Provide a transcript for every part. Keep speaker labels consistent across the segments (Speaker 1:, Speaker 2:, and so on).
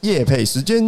Speaker 1: 夜配时间。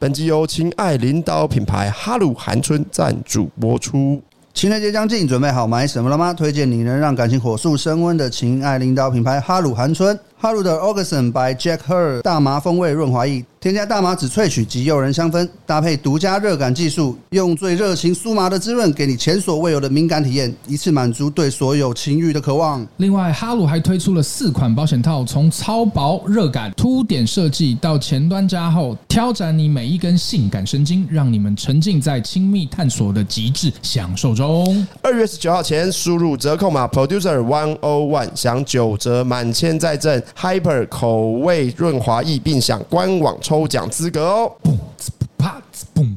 Speaker 1: 本集由亲爱领导品牌哈鲁韩春赞助播出。
Speaker 2: 情人节将近，准备好买什么了吗？推荐你能让感情火速升温的情爱领导品牌哈鲁韩春。哈鲁的 o g u s o n by Jack Her 大麻风味润滑液，添加大麻籽萃取及诱人香氛，搭配独家热感技术，用最热情酥麻的滋润，给你前所未有的敏感体验，一次满足对所有情欲的渴望。
Speaker 3: 另外，哈鲁还推出了四款保险套，从超薄热感、凸点设计到前端加厚，挑战你每一根性感神经，让你们沉浸在亲密探索的极致享受中。
Speaker 1: 二月十九号前输入折扣码 producer one o one 享九折满千再赠 Hyper 口味润滑液，并享官网抽奖资格哦。
Speaker 3: 啪呲嘣！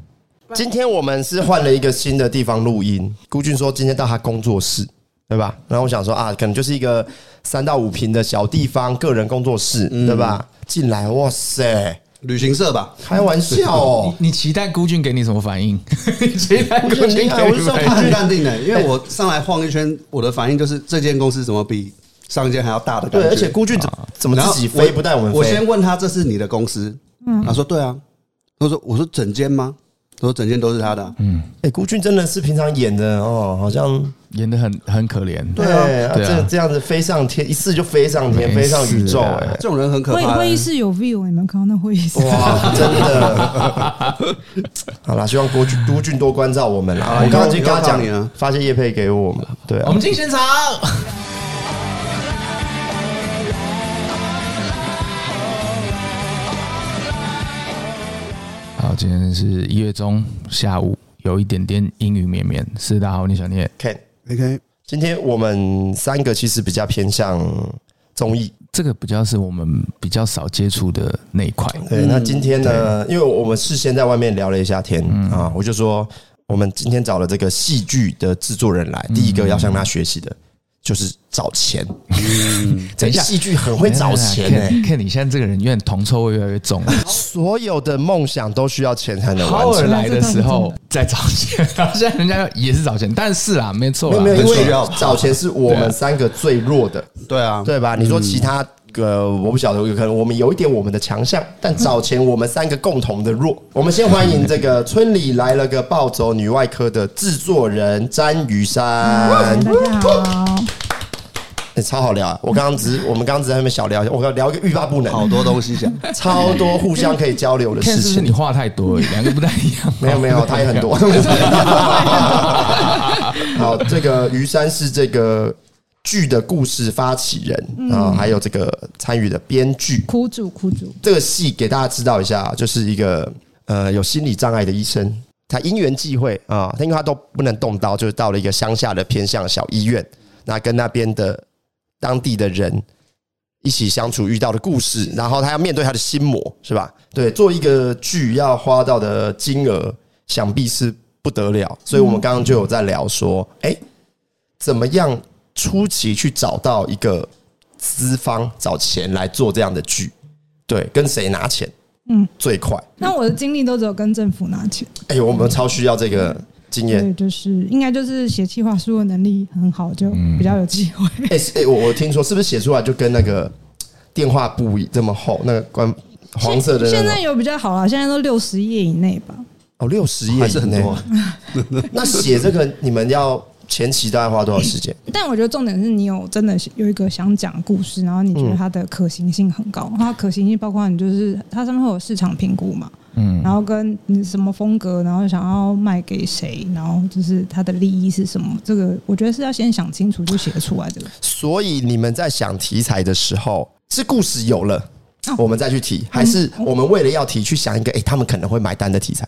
Speaker 1: 今天我们是换了一个新的地方录音。孤俊说今天到他工作室，对吧？然后我想说啊，可能就是一个三到五平的小地方，个人工作室，对吧？进来，哇塞，
Speaker 2: 旅行社吧，
Speaker 1: 开玩笑 哦！
Speaker 4: 你期待孤俊给你什么反应？ 你期待孤俊给你
Speaker 1: 哎我是说
Speaker 4: 反
Speaker 2: 他很淡定的，因为我上来晃一圈，我的反应就是这间公司怎么比上一间还要大的感
Speaker 1: 对，
Speaker 2: 觉。
Speaker 1: 而且孤俊怎怎么
Speaker 2: 然后
Speaker 1: 自己飞不带我们
Speaker 2: 我
Speaker 1: 飞
Speaker 2: 先？问他这是你的公司，
Speaker 5: 嗯
Speaker 2: 他说对啊，他说我说整间吗？他说整间都是他的啊、
Speaker 1: 哎，孤俊真的是平常演的哦，好像
Speaker 4: 演的很很可怜。
Speaker 1: 对啊，
Speaker 4: 对啊
Speaker 1: 这这样子飞上天，一次就飞上天，
Speaker 4: 没
Speaker 1: 飞
Speaker 4: 事啊
Speaker 1: 上宇宙，哎，
Speaker 2: 这种人很可
Speaker 5: 会
Speaker 2: 怕。啊
Speaker 5: 会议室有 view，你们看到那会议室？
Speaker 1: 哇，真的。好啦，希望郭俊都俊多关照我们啦。我刚刚已经跟他
Speaker 2: 以后靠你
Speaker 1: 讲
Speaker 2: 了，
Speaker 1: 发些叶配给我们，对啊
Speaker 4: 我。们进现场。好，今天是一月中下午，有一点点阴雨绵绵。是大家好，我是小聂。
Speaker 1: Ken，
Speaker 2: OK，
Speaker 1: 今天我们三个其实比较偏向综艺。
Speaker 4: 这个比较是我们比较少接触的那一块。
Speaker 1: 对，那今天呢，因为我们事先在外面聊了一下天啊，我就说我们今天找了这个戏剧的制作人来，第一个要向他学习的就是找钱。嗯
Speaker 4: 等一下
Speaker 1: 戏剧很会找钱哎，
Speaker 4: 看看你现在这个人，有点铜臭味越来越重了。
Speaker 1: 所有的梦想都需要钱才能
Speaker 4: 偶
Speaker 1: 完
Speaker 4: 尔
Speaker 1: 成。
Speaker 4: 来的时 候再找钱，然后现在人家也是找钱，但是啊，没错
Speaker 1: 没有
Speaker 4: 啦，
Speaker 1: 没有，因
Speaker 2: 很
Speaker 1: 为
Speaker 2: 需要
Speaker 1: 找钱是我们三个最弱的。
Speaker 2: 对啊，
Speaker 1: 对吧？你说其他呃，我不晓得，有可能我们有一点我们的强项，但早前我们三个共同的弱。我们先欢迎这个村里来了个暴走女外科的制作人詹于山，
Speaker 5: 大家好，
Speaker 1: 欸超好聊啊！我刚刚只是我们刚刚只在那边小聊一下，我聊一个欲罢不
Speaker 2: 好
Speaker 1: 能，
Speaker 2: 多东西讲。
Speaker 1: 超多互相可以交流的
Speaker 4: 看
Speaker 1: 事
Speaker 4: 是不是
Speaker 1: 情
Speaker 4: 你。话太多而已，两个不太一样。
Speaker 1: 没有没有，他也很 多。 好，这个于山是这个剧的故事发起人啊，然后还有这个参与的编剧。
Speaker 5: 苦主苦主，
Speaker 1: 这个戏给大家知道一下，就是一个呃有心理障碍的医生，他因缘际会啊，他因为他都不能动刀，就是到了一个乡下的偏向小医院，那跟那边的当地的人一起相处遇到的故事，然后他要面对他的心魔，是吧？对，做一个剧要花到的金额，想必是不得了，所以我们刚刚就有在聊说，哎，怎么样初期去找到一个资方找钱来做这样的剧？对，跟谁拿钱？嗯
Speaker 5: 嗯，
Speaker 1: 最快。
Speaker 5: 那我的经历都只有跟政府拿钱，
Speaker 1: 哎、呦，我们超需要这个经验
Speaker 5: 对，。就是应该就是写企划书的能力很好，就
Speaker 1: 嗯
Speaker 5: 比较有机会。
Speaker 1: 哎、是哎我我听说是不是写出来就跟那个电话簿这么厚，那个关黄色的那
Speaker 5: 现
Speaker 1: 个
Speaker 5: 在有比较好了，现在都六十页以内吧。
Speaker 1: 哦，六十页
Speaker 2: 还是很
Speaker 1: 以内
Speaker 2: 多。
Speaker 1: 那写这个你们要前期大概花多少时 间？
Speaker 5: 但我觉得重点是你有真的有一个想讲的故事，然后你觉得它的可行性很高。它可行性包括你就是它上面会有市场评估嘛，嗯，然后跟你什么风格，然后想要卖给谁，然后就是它的利益是什么，这个我觉得是要先想清楚就写得出来的。
Speaker 1: 所以你们在想题材的时候，是故事有了。
Speaker 5: 哦嗯
Speaker 1: 我们再去提，还是我们为了要提去想一个，哎、他们可能会买单的题材。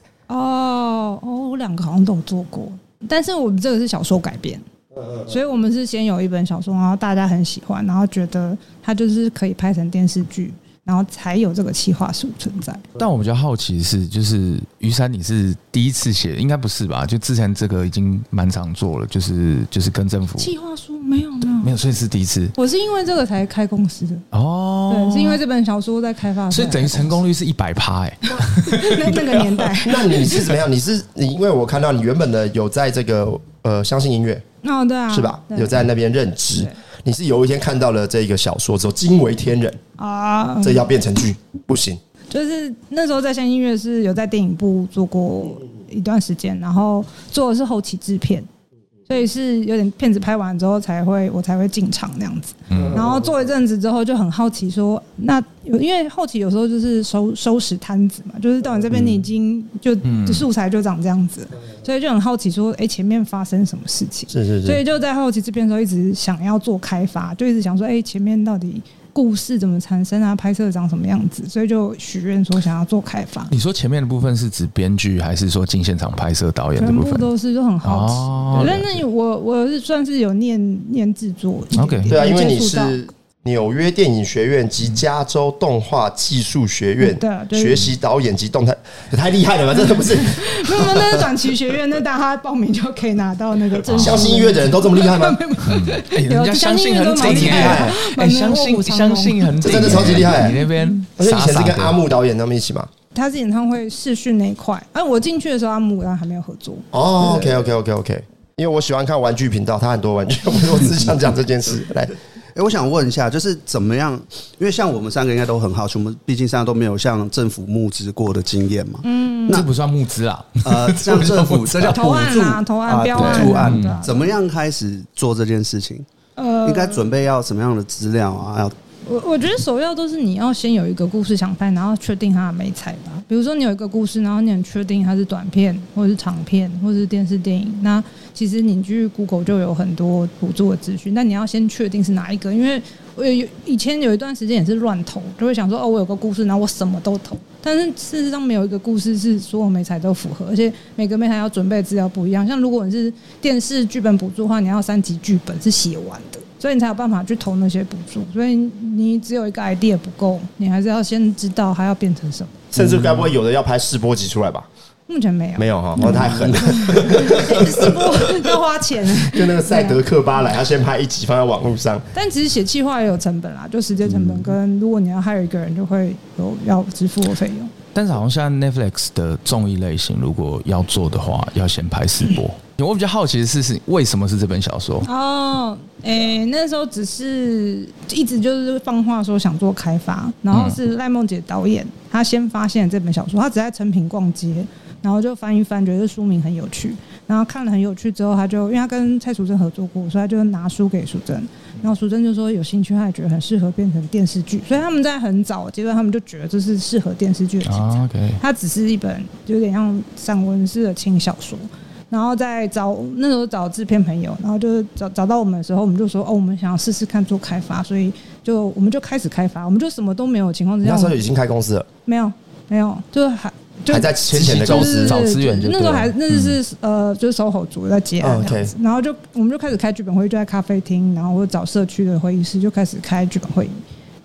Speaker 5: 哦哦，我两个好像都有做过，但是我们这个是小说改编，嗯所以我们是先有一本小说，然后大家很喜欢，然后觉得它就是可以拍成电视剧，然后才有这个企划书存在。
Speaker 4: 但我比较好奇的是，就是于山，你是第一次写，应该不是吧？就之前这个已经蛮常做了，就是就是跟政府
Speaker 5: 计划书没有没有
Speaker 4: 没有，所以是第一次
Speaker 5: 我是因为这个才开公司的，
Speaker 4: 哦。
Speaker 5: 对，是因为这本小说在开发的时
Speaker 4: 所以
Speaker 5: 候才开公司，
Speaker 4: 等于成功率是一百趴哎。
Speaker 5: 那那个年 代。
Speaker 1: 那你是怎么样？你是你，因为我看到你原本的有在这个呃，相信音乐，
Speaker 5: 哦，对啊，
Speaker 1: 是吧？
Speaker 5: 对
Speaker 1: 有在那边任职
Speaker 5: 对，
Speaker 1: 你是有一天看到了这个小说之后惊为天人，
Speaker 5: 啊，
Speaker 1: 这要变成剧不行。
Speaker 5: 就是那时候在线音乐是有在电影部做过一段时间，然后做的是后期制片，所以是有点片子拍完之后才会我才会进场那样子。
Speaker 4: 嗯
Speaker 5: 然后做一阵子之后就很好奇说，那有因为后期有时候就是收收拾摊子嘛，就是到你这边你已经就
Speaker 4: 嗯
Speaker 5: 素材就长这样子，所以就很好奇说，哎，前面发生什么事情？
Speaker 1: 是是
Speaker 5: 所以，就在后期制片的时候，一直想要做开发，就一直想说，哎、前面到底故事怎么产生啊？拍摄长什么样子？所以就许愿说想要做开发，
Speaker 4: 你说前面的部分是指编剧，还是说进现场拍摄导演的
Speaker 5: 全
Speaker 4: 部
Speaker 5: 部
Speaker 4: 分？
Speaker 5: 都是就很好奇。
Speaker 4: 哦
Speaker 5: 但那我我是算是有念念制作一点
Speaker 4: OK
Speaker 5: 点
Speaker 1: 对啊，因为
Speaker 5: 嗯接
Speaker 1: 你
Speaker 5: 触到
Speaker 1: 是纽约电影学院及加州动画技术学院
Speaker 5: 对嗯啊就是
Speaker 1: 学习导演及动态，太厉害了吧？真的不是
Speaker 5: 没有没有， 那是短期学院，那大家报名就可以拿到那个证书。
Speaker 1: 啊相信音乐的人都这么厉害吗？
Speaker 5: 嗯
Speaker 4: 哎人家相信很
Speaker 5: 有
Speaker 4: 挺
Speaker 5: 这
Speaker 1: 厉害，
Speaker 4: 哎，相
Speaker 5: 蛮卧
Speaker 4: 信
Speaker 5: 虎藏
Speaker 4: 相
Speaker 5: 龙
Speaker 4: 信很
Speaker 1: 这
Speaker 4: 挺，
Speaker 1: 真的超级厉害
Speaker 4: 你那边
Speaker 1: 而且以前是跟阿
Speaker 4: 木
Speaker 1: 木导演他们一起嘛。
Speaker 5: 他是演唱会视讯那一块，哎、我进去的时候阿姆然还没有合作。
Speaker 1: 哦，OK OK OK OK，因为我喜欢看玩具频道，他很多玩具，我只想讲这件事。来，
Speaker 2: 哎、我想问一下，就是怎么样？因为像我们三个应该都很好奇，我们毕竟三个都没有向政府募资过的经验嘛。
Speaker 4: 这不算募资啊，
Speaker 2: 呃，像政府这叫
Speaker 5: 嗯投
Speaker 2: 补
Speaker 5: 案
Speaker 2: 助
Speaker 5: 啊投案
Speaker 2: 啊
Speaker 5: 标
Speaker 2: 补
Speaker 5: 案
Speaker 2: 助
Speaker 5: 啊对
Speaker 2: 案
Speaker 5: 啊，
Speaker 2: 怎么样开始做这件事情？
Speaker 5: 呃，
Speaker 2: 应该准备要什么样的资料啊？要
Speaker 5: 我我觉得首要都是你要先有一个故事想拍，然后确定它的美彩吧。比如说你有一个故事，然后你很确定它是短片，或者是长片，或者是电视电影。那其实你去 Google 就有很多补助的资讯，但你要先确定是哪一个，因为我有以前有一段时间也是乱投，就会想说哦，我有个故事，然后我什么都投。但是事实上没有一个故事是所有美彩都符合，而且每个美彩要准备的资料不一样。像如果你是电视剧本补助的话，你要三级剧本是写完的，所以你才有办法去投那些补助。所以你只有一个 idea 不够，你还是要先知道它要变成什么。
Speaker 1: 甚至该不会有的要拍试播集出来吧？
Speaker 5: 目前没有，
Speaker 1: 没有哈，我太狠了。
Speaker 5: 是不要花钱。
Speaker 1: 就那个赛德克巴莱，他先拍一集放在网络上，
Speaker 5: 但其实写计划也有成本啦，就时间成本跟如果你要害一个人，就会有要支付的费用。
Speaker 4: 但是好像现在 Netflix 的综艺类型，如果要做的话，要先拍试播。我比较好奇的是，是为什么是这本小说？
Speaker 5: 哦，诶、那时候只是一直就是放话说想做开发，然后
Speaker 4: 嗯
Speaker 5: 是赖梦姐导演，她先发现这本小说，她只在成品逛街，然后就翻一翻，觉得书名很有趣，然后看了很有趣之后，她就因为她跟蔡淑珍合作过，所以她就拿书给淑珍，
Speaker 4: 嗯
Speaker 5: 然后淑珍就说有兴趣，她也觉得很适合变成电视剧，所以他们在很早的阶段，他们就觉得这是适合电视剧的题材。
Speaker 4: 啊，OK，
Speaker 5: 它只是一本有点像散文式的轻小说。然后再找那时候找制片朋友，然后就是找找到我们的时候，我们就说哦，我们想要试试看做开发，所以就我们就开始开发，我们就什么都没有的情况之下，
Speaker 1: 那时
Speaker 5: 我
Speaker 1: 候
Speaker 5: 们
Speaker 1: 已经开公司了，
Speaker 5: 没有没有，就是还就
Speaker 1: 还在之前的
Speaker 5: 就
Speaker 1: 公
Speaker 5: 是
Speaker 1: 司。
Speaker 4: 找资源就对了嗯哦
Speaker 5: 那时候还那是呃，就是守候族在接案这样子，然后就我们就开始开剧本会议，就在咖啡厅，然后或者找社区的会议室就开始开剧本会议。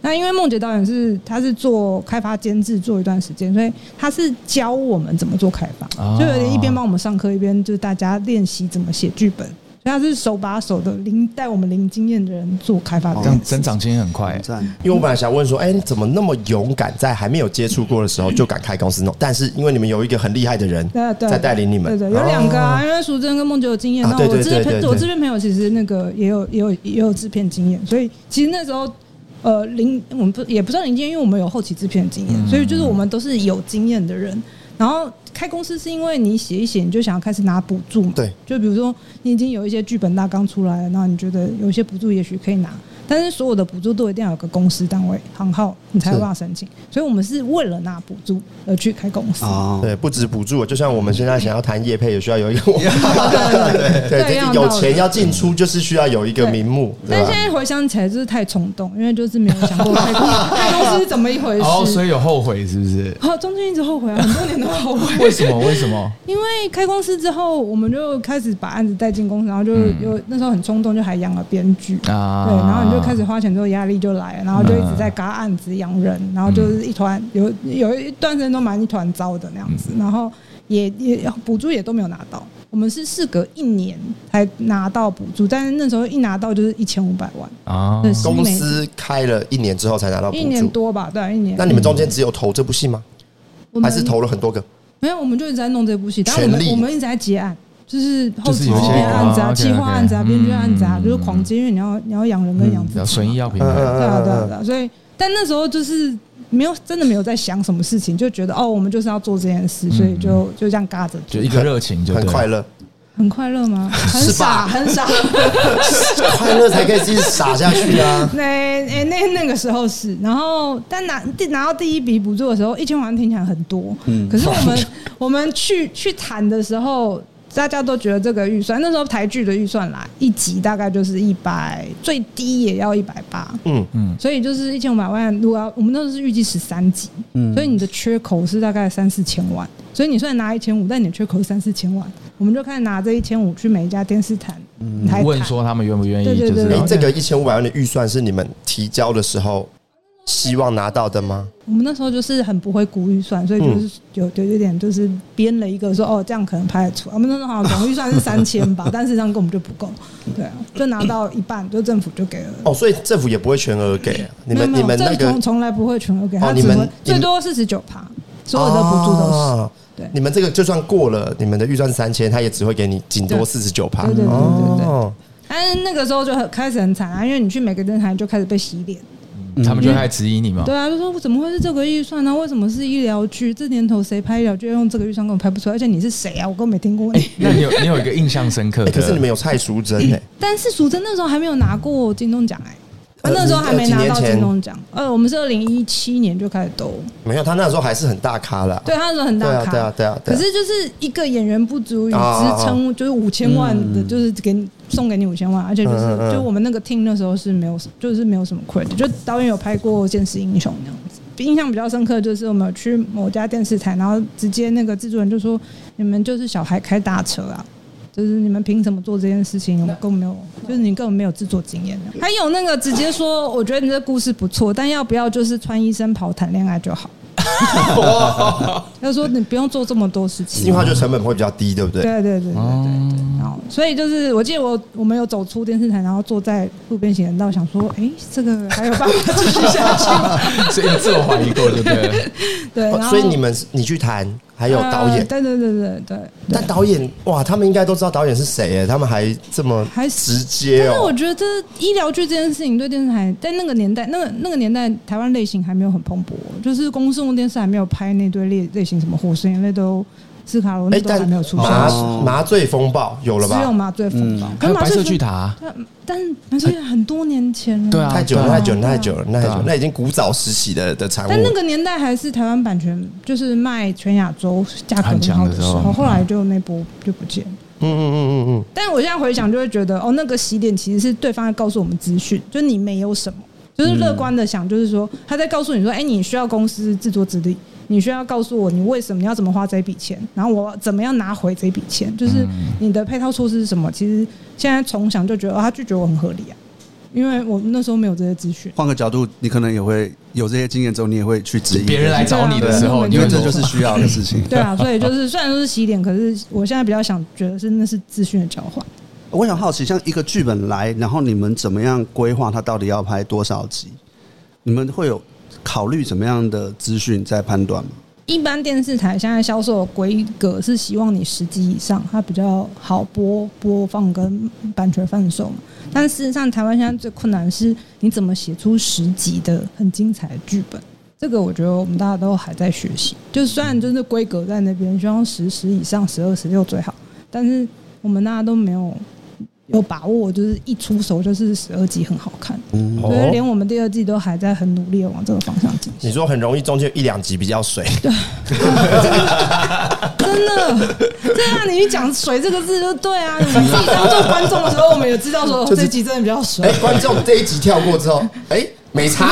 Speaker 5: 那因为梦杰导演是他是做开发监制做一段时间，所以他是教我们怎么做开发，
Speaker 4: 哦
Speaker 5: 就有点一边帮我们上课，一边就是大家练习怎么写剧本，所以他是手把手的零带我们零经验的人做开发
Speaker 2: 哦
Speaker 5: 这
Speaker 4: 这
Speaker 5: 件
Speaker 4: 样
Speaker 5: 事
Speaker 4: 增长经验很快、
Speaker 2: 网站
Speaker 1: 因为我本来想问说，哎、你怎么那么勇敢，在还没有接触过的时候就敢开公司弄？但是因为你们有一个很厉害的人
Speaker 5: 嗯对对，
Speaker 1: 在带领你们，哦
Speaker 5: 对对，有两个啊，因为淑珍跟梦九有经验，
Speaker 1: 啊
Speaker 5: 然后
Speaker 1: 对
Speaker 5: 我
Speaker 1: 对
Speaker 5: 制
Speaker 1: 对对
Speaker 5: 片
Speaker 1: 对
Speaker 5: 我制片朋友其实那个也有也有也有制片经验，所以其实那时候。呃，零我们不也不算零经验，因为我们有后期制片的经
Speaker 1: 嗯
Speaker 5: 验，所以就是我们都是有经验的人。然后开公司是因为你写一写，你就想要开始拿补助嘛。
Speaker 1: 对，
Speaker 5: 就比如说你已经有一些剧本大纲出来了，那你觉得有一些补助也许可以拿，但是所有的补助都一定要有个公司单位行号，你才有
Speaker 1: 是
Speaker 5: 办法申请。所以我们是为了拿补助而去开公司。
Speaker 2: 哦，
Speaker 1: 对，不止补助，就像我们现在想要谈业配，也需要有一 个，对
Speaker 5: 对
Speaker 1: 对
Speaker 5: 一样，道
Speaker 1: 有
Speaker 5: 理
Speaker 1: 钱要进出，就是需要有一个名目，对
Speaker 5: 嗯但
Speaker 1: 吧
Speaker 5: 现？在回想起来，就是太冲动，因为就是 没有想过开公开公司是怎么一回事。
Speaker 4: 哦，所以有后悔是不是？
Speaker 5: 哦中间一直后悔啊，很多年都后悔。
Speaker 4: 为什么？为什么？
Speaker 5: 因为开公司之后，我们就开始把案子带进公司，然后就
Speaker 1: 嗯
Speaker 5: 有、那时候很冲动，就还养了编剧
Speaker 4: 啊
Speaker 5: 对，然后你就开始花钱之后压力就来了，然后就一直在嘎案子养人，然后就是一团有
Speaker 1: 嗯
Speaker 5: 有一段时间都蛮一团糟的那样子，然后也也补助也都没有拿到。我们是事隔一年才拿到补助，但是那时候一拿到就是一千五百万，
Speaker 4: 啊
Speaker 5: 对，是
Speaker 1: 公
Speaker 5: 每
Speaker 1: 司开了一年之后才拿到补
Speaker 5: 一年
Speaker 1: 助，
Speaker 5: 多吧，对啊，一年。
Speaker 1: 那你们中间只有投这部戏吗？
Speaker 5: 我们
Speaker 1: 还是投了很多个？
Speaker 5: 没有，我们就一直在弄这部戏，但我
Speaker 1: 全
Speaker 5: 们
Speaker 1: 力
Speaker 5: 我们一直在结案，就是后
Speaker 4: 就是
Speaker 5: 期
Speaker 4: 有
Speaker 5: 这
Speaker 4: 一些
Speaker 5: 边案子啊、
Speaker 4: 哦
Speaker 5: 企划案子啊、
Speaker 4: ，OK，OK，
Speaker 5: 编剧案子啊
Speaker 4: 嗯，
Speaker 5: 就是狂接，因为你要你要养人跟养自己嘛。
Speaker 4: 损益要平
Speaker 1: 嗯
Speaker 4: 衡，
Speaker 5: 对啊，对啊，
Speaker 1: 嗯
Speaker 5: 对
Speaker 1: 嗯
Speaker 5: 啊。所以，但那时候就是没有真的没有在想什么事情，就觉得哦，我们就是要做这件事，所以就就这样嘎着做，
Speaker 4: 嗯就一个热情就
Speaker 1: 嗯，很
Speaker 4: 对
Speaker 1: 快乐，
Speaker 5: 很快乐 吗？很
Speaker 1: 是吧
Speaker 5: 傻，很傻。
Speaker 1: 快乐才可以继续傻下去啊！
Speaker 5: 那诶、那那个时候是，然后但拿拿到第一笔补助的时候，一千万听起来很多，可是我们我们去去谈的时候，大家都觉得这个预算，那时候台剧的预算啦，一集大概就是一百，最低也要一百八，
Speaker 1: 嗯
Speaker 5: 所以就是一千五百万，如果要我们那时候是预计十三集，所以你的缺口是大概三四千万，所以你虽然拿一千五，但你的缺口是三四千万，我们就开始拿这一千五去每一家电视台台
Speaker 4: 问
Speaker 5: 谈
Speaker 4: 说他们愿不愿
Speaker 5: 对
Speaker 4: 意，
Speaker 5: 对
Speaker 4: 就
Speaker 5: 对
Speaker 4: 是
Speaker 1: 哎，
Speaker 5: 对对
Speaker 1: 这个一千五百万的预算是你们提交的时候希望拿到的吗？
Speaker 5: 我们那时候就是很不会估预算，所以
Speaker 1: 嗯
Speaker 5: 就是有有有点就是编了一个说哦，这样可能拍得出来。我们那时候好像总预算是三千 吧，但事实上根本就不够，对啊，就拿到一半，就政府就给了。
Speaker 1: 哦，所以政府也不会全额给啊你
Speaker 5: 没有
Speaker 1: 们，
Speaker 5: 没
Speaker 1: 你
Speaker 5: 有，
Speaker 1: 们那
Speaker 5: 政府
Speaker 1: 个
Speaker 5: 从从来不会全额给
Speaker 1: 哦
Speaker 5: 他，
Speaker 1: 你
Speaker 5: 只
Speaker 1: 们
Speaker 5: 会
Speaker 1: 你们
Speaker 5: 最多四十九趴，所有的补助都是。
Speaker 1: 哦
Speaker 5: 对
Speaker 1: 你们这个就算过了，你们的预算三千，他也只会给你顶多
Speaker 5: 对
Speaker 1: 四十九趴。
Speaker 5: 对对对对对
Speaker 1: 哦，
Speaker 5: 但是那个时候就很开始很惨啊，因为你去每个电台就开始被洗脸，
Speaker 4: 他们就开始质疑你嘛。
Speaker 5: 对啊，就说我怎么会是这个预算呢？啊为什么是医疗剧？这年头谁拍医疗剧要用这个预算根本拍不出来，而且你是谁啊？我根本没听过你。
Speaker 4: 哎那你有你有一个印象深刻
Speaker 1: 哎
Speaker 4: 的，
Speaker 1: 可是你们有蔡淑珍哎，
Speaker 5: 但是淑珍那时候还没有拿过金钟奖哎，
Speaker 1: 呃
Speaker 5: 啊那时候还没拿
Speaker 1: 呃
Speaker 5: 到
Speaker 1: 几年前
Speaker 5: 金钟奖。呃，我们是二零一七年就开始兜，
Speaker 1: 没有，他那时候还是很大咖啦。
Speaker 5: 对，他那时候很
Speaker 1: 对
Speaker 5: 大
Speaker 1: 啊，
Speaker 5: 咖，
Speaker 1: 对啊，对啊。对
Speaker 5: 可
Speaker 1: 啊
Speaker 5: 是就是一个演员不足以
Speaker 1: 啊嗯
Speaker 5: 支撑，就是五千万的，就是给你送给你五千万，而且就是
Speaker 1: 嗯嗯嗯
Speaker 5: 就我们那个 team 那时候是没有，就是没有什么 credit，就导演有拍过《剑士英雄》那样子。印象比较深刻就是我们有去某家电视台，然后直接那个制作人就说：“你们就是小孩开大车啊。”就是你们凭什么做这件事情？我们根本没有，就是你根本没有制作经验。啊还有那个直接说，我觉得你这故事不错，但要不要就是穿医生袍谈恋爱 就好？他说你不用做这么多事情，
Speaker 1: 进化就成本会比较低，对不对？
Speaker 5: 对对对对对对
Speaker 1: 哦
Speaker 5: 然后，所以就是我记得我我们有走出电视台，然后坐在路边行人道，想说，哎、这个还有办法继续下去吗？
Speaker 4: 所以你自我怀疑过，对不 对？
Speaker 5: 对，
Speaker 1: 哦
Speaker 5: 然后
Speaker 1: 所以你们你去谈，还有导
Speaker 5: 呃
Speaker 1: 演，
Speaker 5: 对对对对对对
Speaker 1: 但。导演哇，他们应该都知道导演是谁哎，他们还这么
Speaker 5: 还
Speaker 1: 直
Speaker 5: 但
Speaker 1: 接
Speaker 5: 是我
Speaker 1: 哦。
Speaker 5: 觉得医疗剧这件事情对电视台，在那个年代，那个那个年代，台湾类型还没有很蓬勃，就是公众电视还没有拍那堆类类型，什么《火神眼泪》都《斯卡罗》那
Speaker 1: 哎，
Speaker 5: 都还
Speaker 1: 但
Speaker 5: 没有出现，
Speaker 1: 麻
Speaker 2: 哦
Speaker 1: 麻醉风暴有了
Speaker 5: 只有
Speaker 1: 吧？
Speaker 5: 麻醉风暴，
Speaker 2: 嗯
Speaker 5: 可
Speaker 4: 还
Speaker 5: 是
Speaker 4: 有
Speaker 5: 麻
Speaker 4: 白色
Speaker 5: 醉风
Speaker 4: 巨塔啊，
Speaker 5: 但但麻醉很多年前了，
Speaker 4: 对啊
Speaker 1: 太久了，
Speaker 4: 对啊
Speaker 1: 太久了，太久了，那太久
Speaker 4: 对
Speaker 1: 了
Speaker 4: 啊，
Speaker 1: 那已经古早时期的的产物
Speaker 5: 但那
Speaker 1: 了。
Speaker 5: 个年代还是台湾版权就是卖全亚洲价格很好的时
Speaker 4: 啊很强的时
Speaker 5: 候，
Speaker 4: 候
Speaker 5: 后来就那波就不见了。
Speaker 1: 嗯嗯嗯嗯嗯。
Speaker 5: 但我现在回想就会觉得，哦，那个洗点其实是对方在告诉我们资讯，就是你没有什么，就是乐观的想，就是说他在告诉你说，哎、你需要公司自作自力，你需要告诉我你为什么你要怎么花这笔钱，然后我怎么样拿回这笔钱，就是
Speaker 4: 嗯
Speaker 5: 你的配套措施是什么。其实现在从想就觉得，哦，他拒绝我很合理啊，因为我那时候没有这些资讯。
Speaker 2: 换个角度，你可能也会有这些经验之后，你也会去质疑
Speaker 4: 别人来找你的时候，
Speaker 5: 对啊
Speaker 4: 你
Speaker 2: 因
Speaker 4: 会
Speaker 2: 为
Speaker 5: 对
Speaker 2: 这
Speaker 5: 啊
Speaker 2: 就是需要的事情。
Speaker 5: 对啊，所以就是虽然说是洗脸，可是我现在比较想觉得是那是资讯的交换。
Speaker 2: 我想好奇，像一个剧本来，然后你们怎么样规划它到底要拍多少集？你们会有考虑怎么样的资讯在判断吗？
Speaker 5: 一般电视台现在销售的规格是希望你十集以上，它比较好播播放跟版权贩售嘛。但事实上，台湾现在最困难的是你怎么写出十集的很精彩的剧本。这个我觉得我们大家都还在学习，就是虽然就是规格在那边，希望十十以上、十二、十六最好，但是我们大家都没有有把握，就是一出手就是十二集很好看，
Speaker 1: 哦
Speaker 5: 所以连我们第二季都还在很努力的往这个方向进行。
Speaker 1: 你说很容易，中间有一两集比较水，
Speaker 5: 真的，这让你一讲“水”这个字就对啊。我们自己当做观众的时候，我们也知道说哦这集真的比较 水
Speaker 1: 哎，，观众这一集跳过之后，哎，没 差。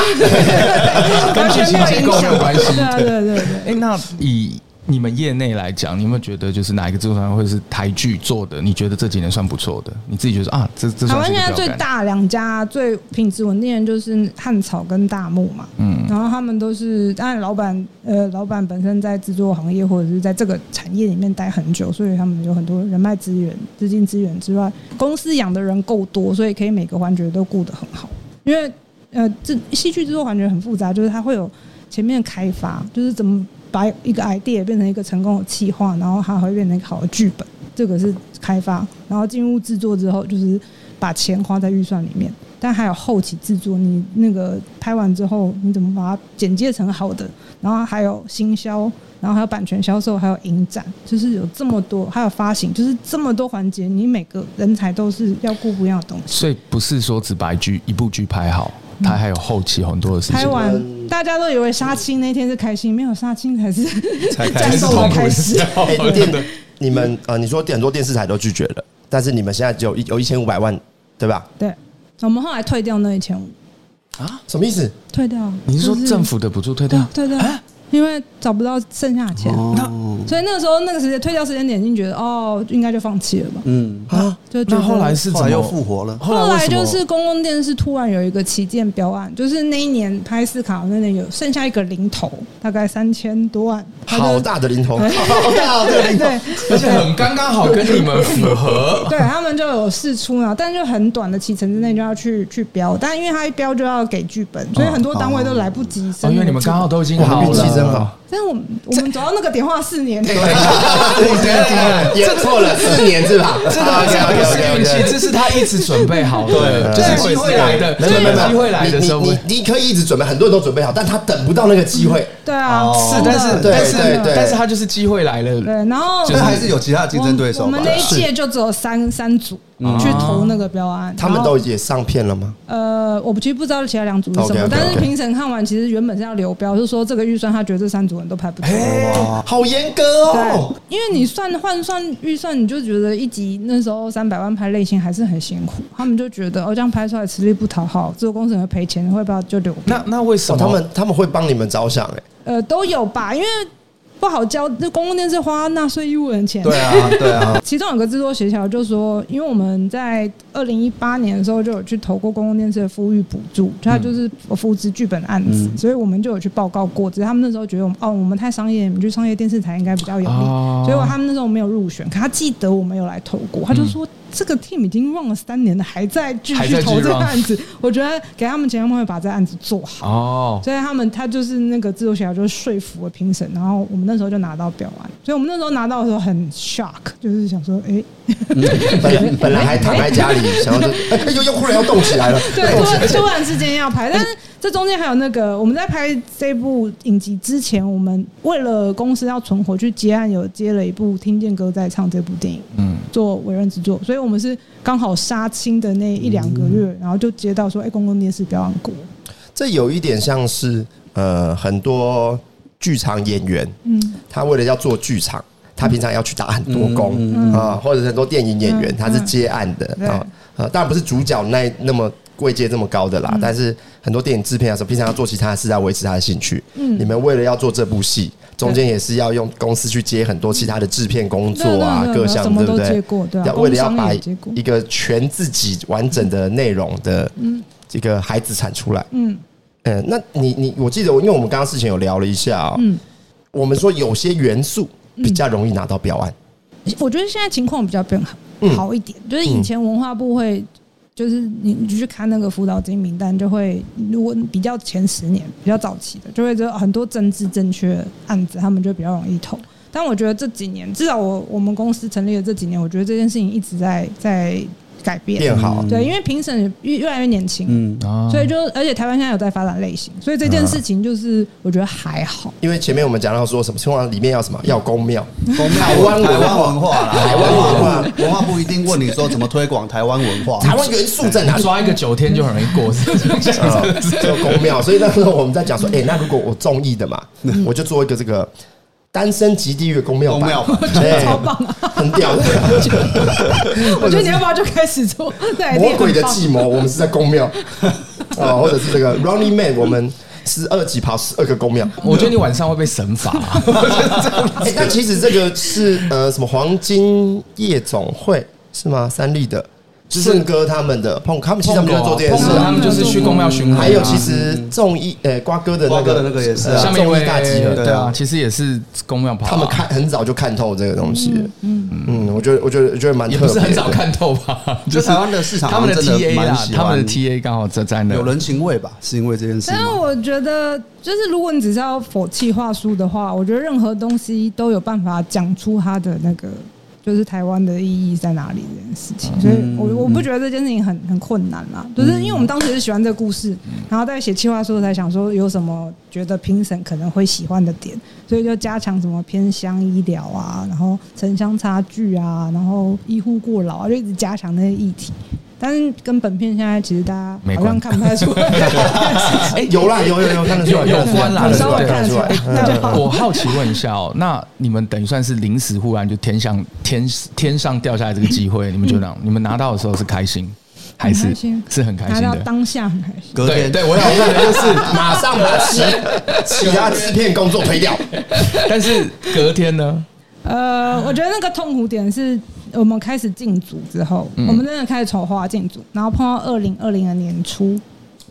Speaker 5: 完全没有
Speaker 4: 哎跟剧情结
Speaker 5: 影
Speaker 4: 构没
Speaker 5: 响
Speaker 4: 有关系
Speaker 5: 对啊对啊对啊对啊
Speaker 4: 哎、那以你们业内来讲，你有没有觉得就是哪一个制作团或者是台剧做的，你觉得这几年算不错的？你自己觉得啊，这这
Speaker 5: 台
Speaker 4: 算
Speaker 5: 湾
Speaker 4: 是一
Speaker 5: 现
Speaker 4: 个
Speaker 5: 在
Speaker 4: 标
Speaker 5: 最
Speaker 4: 杆，
Speaker 5: 大两家最品质稳定的就是汉草跟大木嘛，嗯，然后他们都是，当然老板呃，老板本身在制作行业或者是在这个产业里面待很久，所以他们有很多人脉资源、资金资源之外，公司养的人够多，所以可以每个环节都顾得很好。因为呃，这戏剧制作环节很复杂，就是它会有前面的开发，就是怎么把一个 idea 变成一个成功的企划，然后它会变成一个好的剧本，这个是开发。然后进入制作之后，就是把钱花在预算里面，但还有后期制作，你那个拍完之后，你怎么把它剪接成好的？然后还有行销，然后还有版权销售，还有影展，就是有这么多，还有发行，就是这么多环节，你每个人才都是要顾不一样的东西。
Speaker 4: 所以不是说只把一剧一部剧拍好，它还有后期很多的事
Speaker 5: 拍
Speaker 4: 情。
Speaker 5: 完
Speaker 1: 嗯，
Speaker 5: 大家都以为杀青那天是开心，没有杀青 才是
Speaker 4: 才
Speaker 5: 战 斗的开始。
Speaker 1: 哎电你们呃，你说很多电视台都拒绝了，但是你们现在只有一有一千五百万，对吧？
Speaker 5: 对，我们后来退掉那一千五，
Speaker 1: 什么意思？
Speaker 5: 退掉。
Speaker 4: 你是说
Speaker 5: 就是
Speaker 4: 政府的补助退
Speaker 5: 对
Speaker 4: 掉？哎
Speaker 5: 对对，因为找不到剩下的钱，
Speaker 2: 哦，
Speaker 5: 所以那个时候那个时间退掉时间点，已经觉得哦，应该就放弃了吧。
Speaker 2: 嗯，
Speaker 1: 啊，
Speaker 5: 就觉
Speaker 4: 那
Speaker 5: 得
Speaker 4: 后来是怎
Speaker 2: 后
Speaker 4: 么
Speaker 2: 来又复？活了。
Speaker 4: 后
Speaker 5: 后
Speaker 4: 来为
Speaker 5: 来
Speaker 4: 什么
Speaker 5: 就是公共电视突然有一个旗舰标案，就是那一年拍斯卡罗那年有剩下一个零头，大概三千多万，它就哎
Speaker 1: 好大的零头，
Speaker 5: 对
Speaker 1: 好大的零头，
Speaker 5: 对，
Speaker 4: 而且很刚刚好跟你们符合。
Speaker 5: 对他们就有试出了，但就很短的期程之内就要去去标，但因为他一标就要给剧本，所以很多单位都来不及
Speaker 4: 哦，
Speaker 5: 生。
Speaker 4: 因为你们刚好，都已经
Speaker 1: 我
Speaker 4: 好
Speaker 1: 们
Speaker 4: 了，
Speaker 1: 运气真好。
Speaker 5: 但我们我们走到那个点花了四 年，
Speaker 1: 也错了四年是吧？
Speaker 4: 这个这个不是运气，这是他一直准备好的，
Speaker 1: 对
Speaker 4: 就是机会来的，
Speaker 1: 没有没有没有
Speaker 4: 机会来的时候，
Speaker 1: 你
Speaker 4: 是
Speaker 1: 你你你可以一直准备，很多人都准备好，但他等不到那个机会。
Speaker 4: 嗯
Speaker 5: 对啊，真的
Speaker 4: 哦但是
Speaker 1: 对
Speaker 4: 但是
Speaker 1: 对对
Speaker 4: 但是他就是机会来
Speaker 5: 对，
Speaker 4: 了，
Speaker 5: 然后
Speaker 4: 就
Speaker 2: 但还是有其他的竞争对手
Speaker 5: 我
Speaker 2: 吧嗯
Speaker 5: 们？那一届就只有三三组去投那个标案，
Speaker 1: 他们都也上片了吗？
Speaker 5: 呃，我其实不知道其他两组是什么
Speaker 1: OK，OK，OK，
Speaker 5: 但是评审看完其实原本是要留标，是说这个预算他觉得这三组人都排不出来。
Speaker 1: 哎，好严格哦！
Speaker 5: 对，因为你算换算预算，你就觉得一集那时候三百万拍类型还是很辛苦，他们就觉得哦这样拍出来吃力不讨好，制作公司很会赔钱，会不要就留片
Speaker 4: 那那为什
Speaker 1: 哦
Speaker 4: 么
Speaker 1: 他们他们会帮你们着想 哎，
Speaker 5: 呃都有吧，因为不好交，那公共电视花纳税义务人 钱。
Speaker 2: 对啊，对啊，
Speaker 5: 其中有个制作协调就说，因为我们在二零一八年的时候就有去投过公共电视的富裕补助，就它就是扶植剧本案子，
Speaker 4: 嗯
Speaker 5: 所以我们就有去报告过。只是他们那时候觉得我们哦，我们太商业，你们去商业电视台应该比较有利，
Speaker 4: 哦
Speaker 5: 所以他们那时候没有入选。可他记得我们有来投过，他就说、这个 team 已经 run 了三年了，还在继
Speaker 4: 还
Speaker 5: 续
Speaker 4: 在继续
Speaker 5: 投这个
Speaker 4: run
Speaker 5: 案子。我觉得给他们钱，他们会把这案子做好。
Speaker 4: 哦，
Speaker 5: 所以他们他就是那个制作协调，就是说服了评审，然后我们那时候就拿到表完，所以我们那时候拿到的时候很 shock，就是想说，哎、
Speaker 1: 本来本来还躺在家里，想要就 哎又又忽然要动起来了，
Speaker 5: 对，突然突然之间要拍，但是这中间还有那个我们在拍这部影集之前，我们为了公司要存活去接案，有接了一部《听见歌在唱》这部电影
Speaker 4: 嗯，
Speaker 5: 做委任制作，所以我们是刚好杀青的那一两个月，然后就接到说，哎、公共电视表演过，
Speaker 1: 这有一点像是呃，很多剧场演员，
Speaker 5: 嗯，
Speaker 1: 他为了要做剧场，他平常要去打很多工啊、
Speaker 5: 嗯
Speaker 1: 或者是很多电影演员
Speaker 5: 嗯
Speaker 1: 他是接案的
Speaker 5: 对
Speaker 1: 啊、呃，当然不是主角那那么贵阶这么高的啦，
Speaker 5: 嗯
Speaker 1: 但是很多电影制片的时候，平常要做其他的事来维持他的兴趣。
Speaker 5: 嗯
Speaker 1: 你们为了要做这部戏，中间也是要用公司去接很多其他的制片工作啊，
Speaker 5: 对对
Speaker 1: 各
Speaker 5: 对
Speaker 1: 项
Speaker 5: 什么
Speaker 1: 对不
Speaker 5: 都
Speaker 1: 对
Speaker 5: 接？过，对、啊，
Speaker 1: 要为了要
Speaker 5: 工
Speaker 1: 把
Speaker 5: 商也接过
Speaker 1: 一个全自己完整的内容的这个孩子产出来，
Speaker 5: 嗯
Speaker 1: 嗯，那你你我记得我，因为我们刚刚事前有聊了一下啊、
Speaker 5: 嗯。
Speaker 1: 我们说有些元素比较容易拿到表案，
Speaker 5: 我觉得现在情况比较变好、
Speaker 1: 嗯
Speaker 5: 好一点，就是以前文化部会，就是你你去看那个辅导金名单，就会如果你比较前十年比较早期的，就会觉得很多政治正确的案子，他们就比较容易投。但我觉得这几年，至少我我们公司成立的这几年，我觉得这件事情一直在在改变。
Speaker 1: 变好啊
Speaker 5: 对，因为评审也越越来越年轻，
Speaker 2: 嗯，
Speaker 4: 哦
Speaker 5: 所以就而且台湾现在有在发展类型，所以这件事情就是我觉得还好。
Speaker 1: 因为前面我们讲到说什么，通常里面要什么，要公庙，
Speaker 5: 嗯
Speaker 2: 台
Speaker 1: 台湾文化
Speaker 2: 台湾文化啦，
Speaker 1: 台湾文化
Speaker 2: 文化文化部一定问你说怎么推广台湾文化，
Speaker 1: 台湾元素在哪里？
Speaker 4: 抓一个九天就很容易过，是不是这样
Speaker 5: 嗯
Speaker 4: 子
Speaker 1: 就公庙。所以那时候我们在讲说，哎，那如果我中意的嘛，
Speaker 5: 嗯
Speaker 1: 我就做一个这个单身极地狱公庙
Speaker 2: 公庙版
Speaker 1: 版，对，
Speaker 5: 超棒啊！
Speaker 1: 很屌的。
Speaker 5: 我觉得你要不要就开始做？对
Speaker 1: 魔鬼的计谋，我们是在公 庙啊，或者是这个 Running Man，我们十二级跑十二个公庙。
Speaker 4: 我觉得你晚上会被神罚，
Speaker 1: 哎、但其实这个是呃什么黄金夜总会是吗？三立的
Speaker 4: 就是
Speaker 1: 顺哥他们的碰，他们其实他们就在做这件
Speaker 4: 碰
Speaker 1: 事
Speaker 4: 过
Speaker 1: 啊
Speaker 4: 哦他们就是去公庙巡回啊，
Speaker 1: 还有，其实众议呃瓜哥的那
Speaker 2: 瓜哥
Speaker 1: 个
Speaker 2: 的那个也是啊
Speaker 4: 下面一
Speaker 1: 众
Speaker 4: 位
Speaker 1: 议嗯大集合，
Speaker 4: 对啊，其实也是公庙跑啊，
Speaker 1: 他们看很早就看透这个东西。嗯嗯，我觉得我觉得我觉得蛮
Speaker 4: 也
Speaker 1: 特
Speaker 4: 不
Speaker 1: 别
Speaker 4: 是
Speaker 1: 的，
Speaker 4: 很少看透吧，
Speaker 2: 就台湾的市场
Speaker 4: 他们
Speaker 2: 好像真的
Speaker 4: TA
Speaker 2: 蛮
Speaker 4: 啦，
Speaker 2: 喜欢
Speaker 4: 他们的 TA 刚好在在那，
Speaker 2: 有人情味吧？是因为这件事
Speaker 5: 但是
Speaker 2: 吗？
Speaker 5: 我觉得，就是如果你只是要否气话术的话，我觉得任何东西都有办法讲出它的那个，就是台湾的意义在哪里这件事
Speaker 4: 嗯
Speaker 5: 情。所以我我不觉得这件事情很很困难啦，就是因为我们当时是喜欢这个故事，然后在写气话书才想说有什么觉得评审可能会喜欢的点，所以就加强什么偏乡医疗啊，然后城乡差距啊，然后医护过劳啊，就一直加强那些议题。但是跟本片现在其实大
Speaker 4: 没
Speaker 5: 家好
Speaker 4: 关
Speaker 5: 像看不太出来，
Speaker 1: 哎，有啦有有有看得出来，
Speaker 4: 有有
Speaker 1: 看得出来
Speaker 4: 关啦
Speaker 1: 看得出来
Speaker 5: 稍微
Speaker 1: 看得出来
Speaker 5: 看得出。来
Speaker 1: 嗯
Speaker 5: 哎
Speaker 4: 呃我好奇问一下哦，那你们等于算是临时忽然就天上天天上掉下来这个机会，你们觉得你们拿到的时候是开心还是
Speaker 5: 很开心
Speaker 4: 是很嗯开
Speaker 5: 拿
Speaker 4: 心
Speaker 5: 到
Speaker 4: 的？
Speaker 5: 当下很开心。
Speaker 2: 隔
Speaker 4: 对
Speaker 2: 天
Speaker 4: 对，我想问的就是马上拿起，
Speaker 1: 其他制片工作推掉，
Speaker 4: 但是隔天呢？
Speaker 5: 呃，我觉得那个痛苦点是我们开始进组之后，
Speaker 4: 嗯
Speaker 5: 我们真的开始筹划进组，然后碰到二零二零的年初。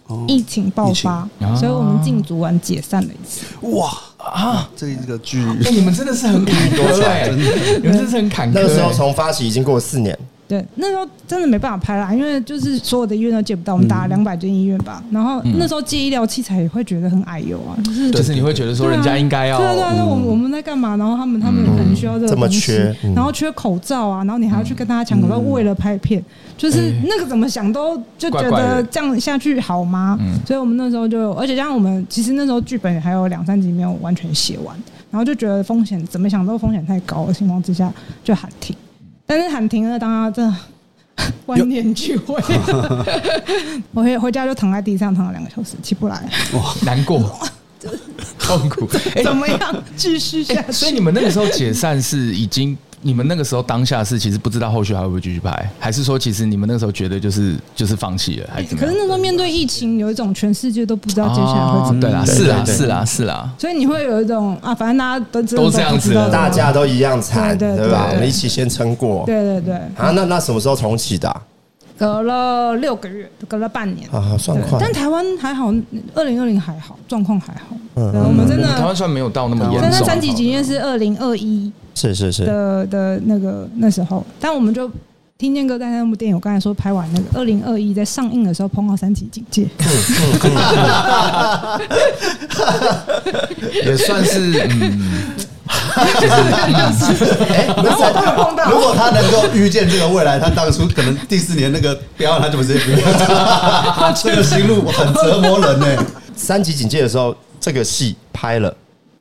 Speaker 2: 哦
Speaker 5: 疫情爆发
Speaker 4: 嗯疫情啊，
Speaker 5: 所以我们进组完解散了一次。
Speaker 2: 哇啊，这一个剧
Speaker 4: 哎，你们真的是很坎坷哎，你们真的是很坎坷。
Speaker 1: 那个时候从发起已经过了四年，
Speaker 5: 对，那时候真的没办法拍啦，因为就是所有的医院都借不到，我们
Speaker 4: 嗯
Speaker 5: 打了两百间医院吧。然后那时候借医疗器材也会觉得很矮油啊，就是
Speaker 4: 就是你会觉得说人家应该要嗯
Speaker 5: 对啊对啊，那我们我们在干嘛？然后他们他们可能需要这个
Speaker 1: 这么
Speaker 5: 东西
Speaker 1: 缺嗯
Speaker 5: 然后缺口罩啊，然后你还要去跟大家抢口罩，为了拍片，就是那个怎么想都就觉
Speaker 4: 嗯怪怪
Speaker 5: 得
Speaker 4: 的嗯
Speaker 5: 这样下去好吗？所以我们那时候就，而且加上我们其实那时候剧本还有两三集没有完全写完，然后就觉得风险怎么想都风险太高的情况之下就喊停，但是喊停了，当然真的。 万念俱灰，啊 我回回家就躺在地上躺了两个小时，起不来，
Speaker 4: 难过、痛苦。哎
Speaker 5: 怎么样继续下去？
Speaker 4: 所以你们那个时候解散是已经，你们那个时候当下是其实不知道后续还会不会继续拍，还是说其实你们那个时候觉得就是就是放弃了，还哎是怎么
Speaker 5: 可
Speaker 4: 样
Speaker 5: 是？那时候面对疫情，有一种全世界都不知道接下来会怎
Speaker 4: 哦
Speaker 5: 么
Speaker 4: 对
Speaker 5: 样，
Speaker 4: 啦，
Speaker 1: 对
Speaker 4: 是啦，
Speaker 1: 对对
Speaker 4: 是啦，是啦。
Speaker 5: 所以你会有一种啊，反正大家都真的
Speaker 4: 哦都这样子
Speaker 5: 不知道
Speaker 4: 了
Speaker 1: 大家都一样惨，
Speaker 5: 对对
Speaker 1: 对吧？
Speaker 5: 对
Speaker 1: 我们一起先撑过。
Speaker 5: 对对对，
Speaker 1: 啊，那那什么时候重启的啊？
Speaker 5: 隔了六个月，隔了半年。
Speaker 1: 啊算
Speaker 5: 对
Speaker 1: 快，
Speaker 5: 但台湾还好，二零二零还好，状况还好。
Speaker 1: 嗯
Speaker 5: 对，我们真
Speaker 4: 我们台
Speaker 5: 的
Speaker 4: 湾算没有到那么严
Speaker 5: 在那
Speaker 4: 重，
Speaker 5: 三级警戒是二零二一
Speaker 1: 是是是，
Speaker 5: 的的那个那时候，但我们就听见哥在那部电影，我刚才说拍完那个二零二一在上映的时候碰到三级警 戒，
Speaker 4: 也算是嗯，
Speaker 2: 哎，那
Speaker 5: 然后我都有碰到
Speaker 2: 如果他能够预见这个未来，他当初可能第四年那个标，他就不 直接不要做这个心路很折磨人呢、
Speaker 1: 三级警戒的时候，这个戏拍了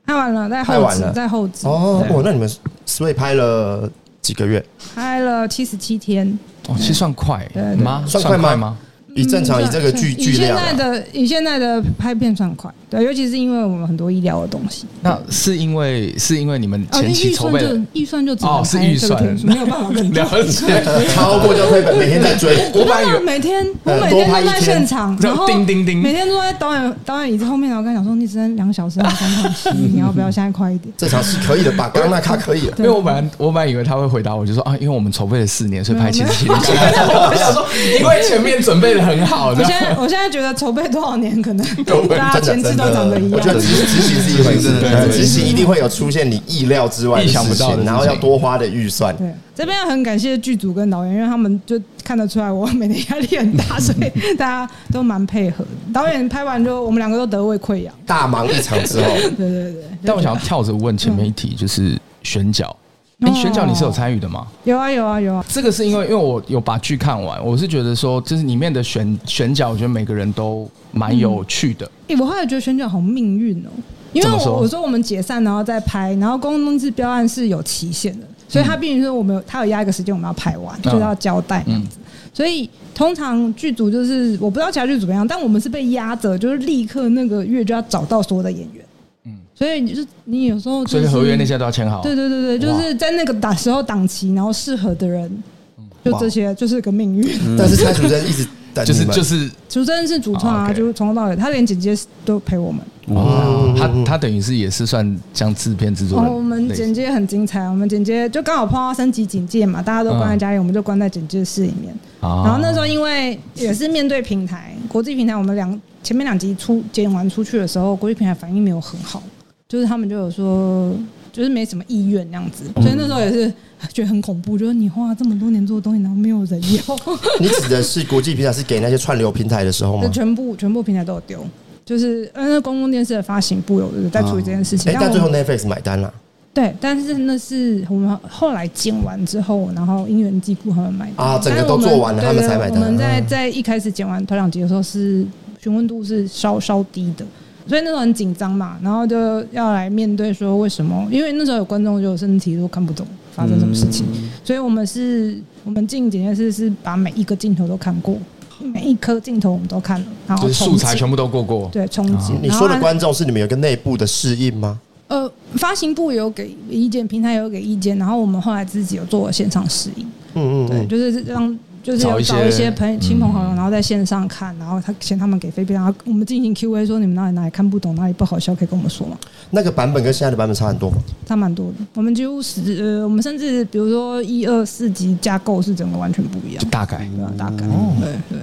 Speaker 5: 拍完了，在
Speaker 1: 拍
Speaker 5: 后
Speaker 1: 完
Speaker 5: 置
Speaker 1: 了，
Speaker 5: 在后置，
Speaker 1: 哦，
Speaker 5: 对
Speaker 1: 哇，那你们所以拍了几个月？
Speaker 5: 拍了七十七天，
Speaker 4: 哦，其实算快
Speaker 5: 对对
Speaker 4: 吗？
Speaker 1: 算快
Speaker 4: 快
Speaker 1: 吗
Speaker 4: 吗？
Speaker 1: 以正常以这个剧
Speaker 5: 嗯
Speaker 1: 剧
Speaker 5: 以现
Speaker 1: 量
Speaker 5: 在
Speaker 1: 啊，
Speaker 5: 的以现在的拍片算快，对，尤其是因为我们很多医疗的东西，
Speaker 4: 那是因为是因为你们
Speaker 5: 哦，
Speaker 4: 前期
Speaker 5: 预
Speaker 4: 筹
Speaker 5: 算
Speaker 4: 备
Speaker 5: 就
Speaker 4: 了
Speaker 5: 预算就只
Speaker 4: 哦
Speaker 5: 能
Speaker 4: 是
Speaker 5: 拍
Speaker 4: 预
Speaker 5: 这个
Speaker 4: 算
Speaker 5: 天数，没有 办法跟
Speaker 4: 了解，
Speaker 1: 超过就退本，每天在 追。
Speaker 4: 我本来以
Speaker 5: 那
Speaker 4: 为
Speaker 5: 每天我
Speaker 1: 呃
Speaker 5: 每
Speaker 1: 多
Speaker 5: 天
Speaker 1: 拍
Speaker 5: 都
Speaker 1: 一
Speaker 5: 在
Speaker 1: 天
Speaker 5: 现场，
Speaker 4: 然
Speaker 5: 然
Speaker 4: 后
Speaker 5: 后
Speaker 4: 叮叮叮
Speaker 5: 每天都在导演导演椅子后面，然后跟他讲说，你只剩两小时了，三场戏，你要不要现在快一 点？
Speaker 1: 这场戏可以的吧？刚那卡可以了，
Speaker 4: 因为我本来我本来以为他会回答我，就说啊，因为我们筹备了四年，所以拍
Speaker 5: 没
Speaker 4: 七
Speaker 5: 有
Speaker 4: 十 七天。我想哎说，因为前面准备的很好，
Speaker 5: 我
Speaker 4: 这
Speaker 5: 现
Speaker 4: 样
Speaker 5: 在我现在觉得筹备多少年，可能
Speaker 1: 真的
Speaker 5: 大家啊前置都长得一
Speaker 1: 我觉得
Speaker 5: 样
Speaker 1: 执。执行是一回事
Speaker 2: 对对，
Speaker 1: 对执行一定会有出现你意料之外的
Speaker 4: 意想不
Speaker 1: 事
Speaker 4: 到的
Speaker 1: 情，
Speaker 4: 事情
Speaker 1: 然后要多花的预算。
Speaker 5: 对，这边很感谢剧组跟导演，因为他们就看得出来我每天压力很大，所以大家都蛮配合的。导演拍完之后，我们两个都得胃溃疡。
Speaker 1: 大忙一场之后，
Speaker 5: 对对对，
Speaker 4: 但我想要跳着问前面一题，就是选角。哎，
Speaker 5: 哦
Speaker 4: 选角你是有参与的吗？
Speaker 5: 有啊有啊有啊，
Speaker 4: 这个是因为因为我有把剧看完，我是觉得说，就是里面的选选角，我觉得每个人都蛮有趣的。
Speaker 5: 诶，欸我后来觉得选角好命运哦，因为
Speaker 4: 怎么说
Speaker 5: 我我说我们解散然后再拍，然后公共制标案是有期限的，
Speaker 4: 嗯
Speaker 5: 所以他必须说我们有他有压一个时间我们要拍完，就是要交代那样子。
Speaker 4: 嗯
Speaker 5: 所以通常剧组就是我不知道其他剧组怎么样，但我们是被压着，就是立刻那个月就要找到所有的演员。嗯，所以你就是你有时候、就
Speaker 4: 所
Speaker 5: 是、
Speaker 4: 以合约那些都要签好。
Speaker 5: 对对对对，就
Speaker 4: 哇
Speaker 5: 是在那个档时候档期，然后适合的人，
Speaker 4: 嗯
Speaker 5: 就这些，就是个命运。
Speaker 1: 但是蔡主任一直等
Speaker 4: 就是
Speaker 1: 你们
Speaker 4: 就是
Speaker 5: 主持人是主创
Speaker 4: 啊
Speaker 5: 啊，
Speaker 4: ，OK
Speaker 5: 就是从头到尾，他连剪接都陪我们，
Speaker 4: 哦，他他等于是也是算像制片制作
Speaker 5: 哦，
Speaker 4: 人类似，
Speaker 5: 我们剪接很精彩，我们剪接就刚好碰到升级警戒嘛，大家都关在家里，我们就关在警戒室里面。然
Speaker 4: 然
Speaker 5: 后那时候因为也是面对平台，国际平台，我们两前面两集出剪完出去的时候，国际平台反应没有很好，就是他们就有说。就是没什么意愿那样子，所以那时候也是觉得很恐怖，就是你花这么多年做的东西，然后没有人要，
Speaker 1: 你指的是国际平台是给那些串流平台的时候吗
Speaker 5: 就？全部全部平台都有丢，就是嗯，那公共电视的发行部有在处理这件事情，
Speaker 1: 哎，但
Speaker 5: 我
Speaker 1: 最
Speaker 5: 们
Speaker 1: 后 Netflix 买单了，
Speaker 5: 对，但是那是我们后来剪完之后，然后因缘际故他们买单
Speaker 1: 啊整个
Speaker 5: 但是
Speaker 1: 都
Speaker 5: 我们
Speaker 1: 做完了
Speaker 5: 对
Speaker 1: 他们
Speaker 5: 对
Speaker 1: 才买单
Speaker 5: 我们在
Speaker 1: 嗯
Speaker 5: 在一开始剪完头两集的时候是询问度是稍稍低的，所以那时候很紧张嘛，然后就要来面对说为什么？因为那时候有观众就有身体都看不懂发生什么事情，
Speaker 1: 嗯
Speaker 5: 所以我们是我们进剪接室是把每一个镜头都看过，每一颗镜头我们都看了，然后
Speaker 4: 就是素材全
Speaker 5: 重剪
Speaker 4: 部都过过，
Speaker 5: 对冲击、
Speaker 1: 啊你
Speaker 5: 然后
Speaker 1: 说的
Speaker 5: 按
Speaker 1: 观众是你们有个内部的适应吗？
Speaker 5: 呃，发行部也有给意见，平台也有给意见，然后我们后来自己有做线上试映，
Speaker 1: 嗯
Speaker 5: 对，
Speaker 1: 嗯
Speaker 5: 就是让就是
Speaker 4: 找
Speaker 5: 要
Speaker 4: 一
Speaker 5: 找
Speaker 4: 些
Speaker 5: 一些朋友、
Speaker 4: 嗯
Speaker 5: 亲朋好友，然后在线上看，然后他嫌他们给飞便，然后我们进行 Q&A，说你们哪里哪里看不懂，哪里不好笑，可以跟我们说嘛，
Speaker 1: 嗯，那个版本跟现在的版本差很多吗？
Speaker 5: 差蛮多的。嗯我们几乎十呃，我们甚至比如说一二四级架构是整个完全不一样
Speaker 4: 就，大概
Speaker 5: 对啊，大概，
Speaker 4: 嗯
Speaker 5: 对对，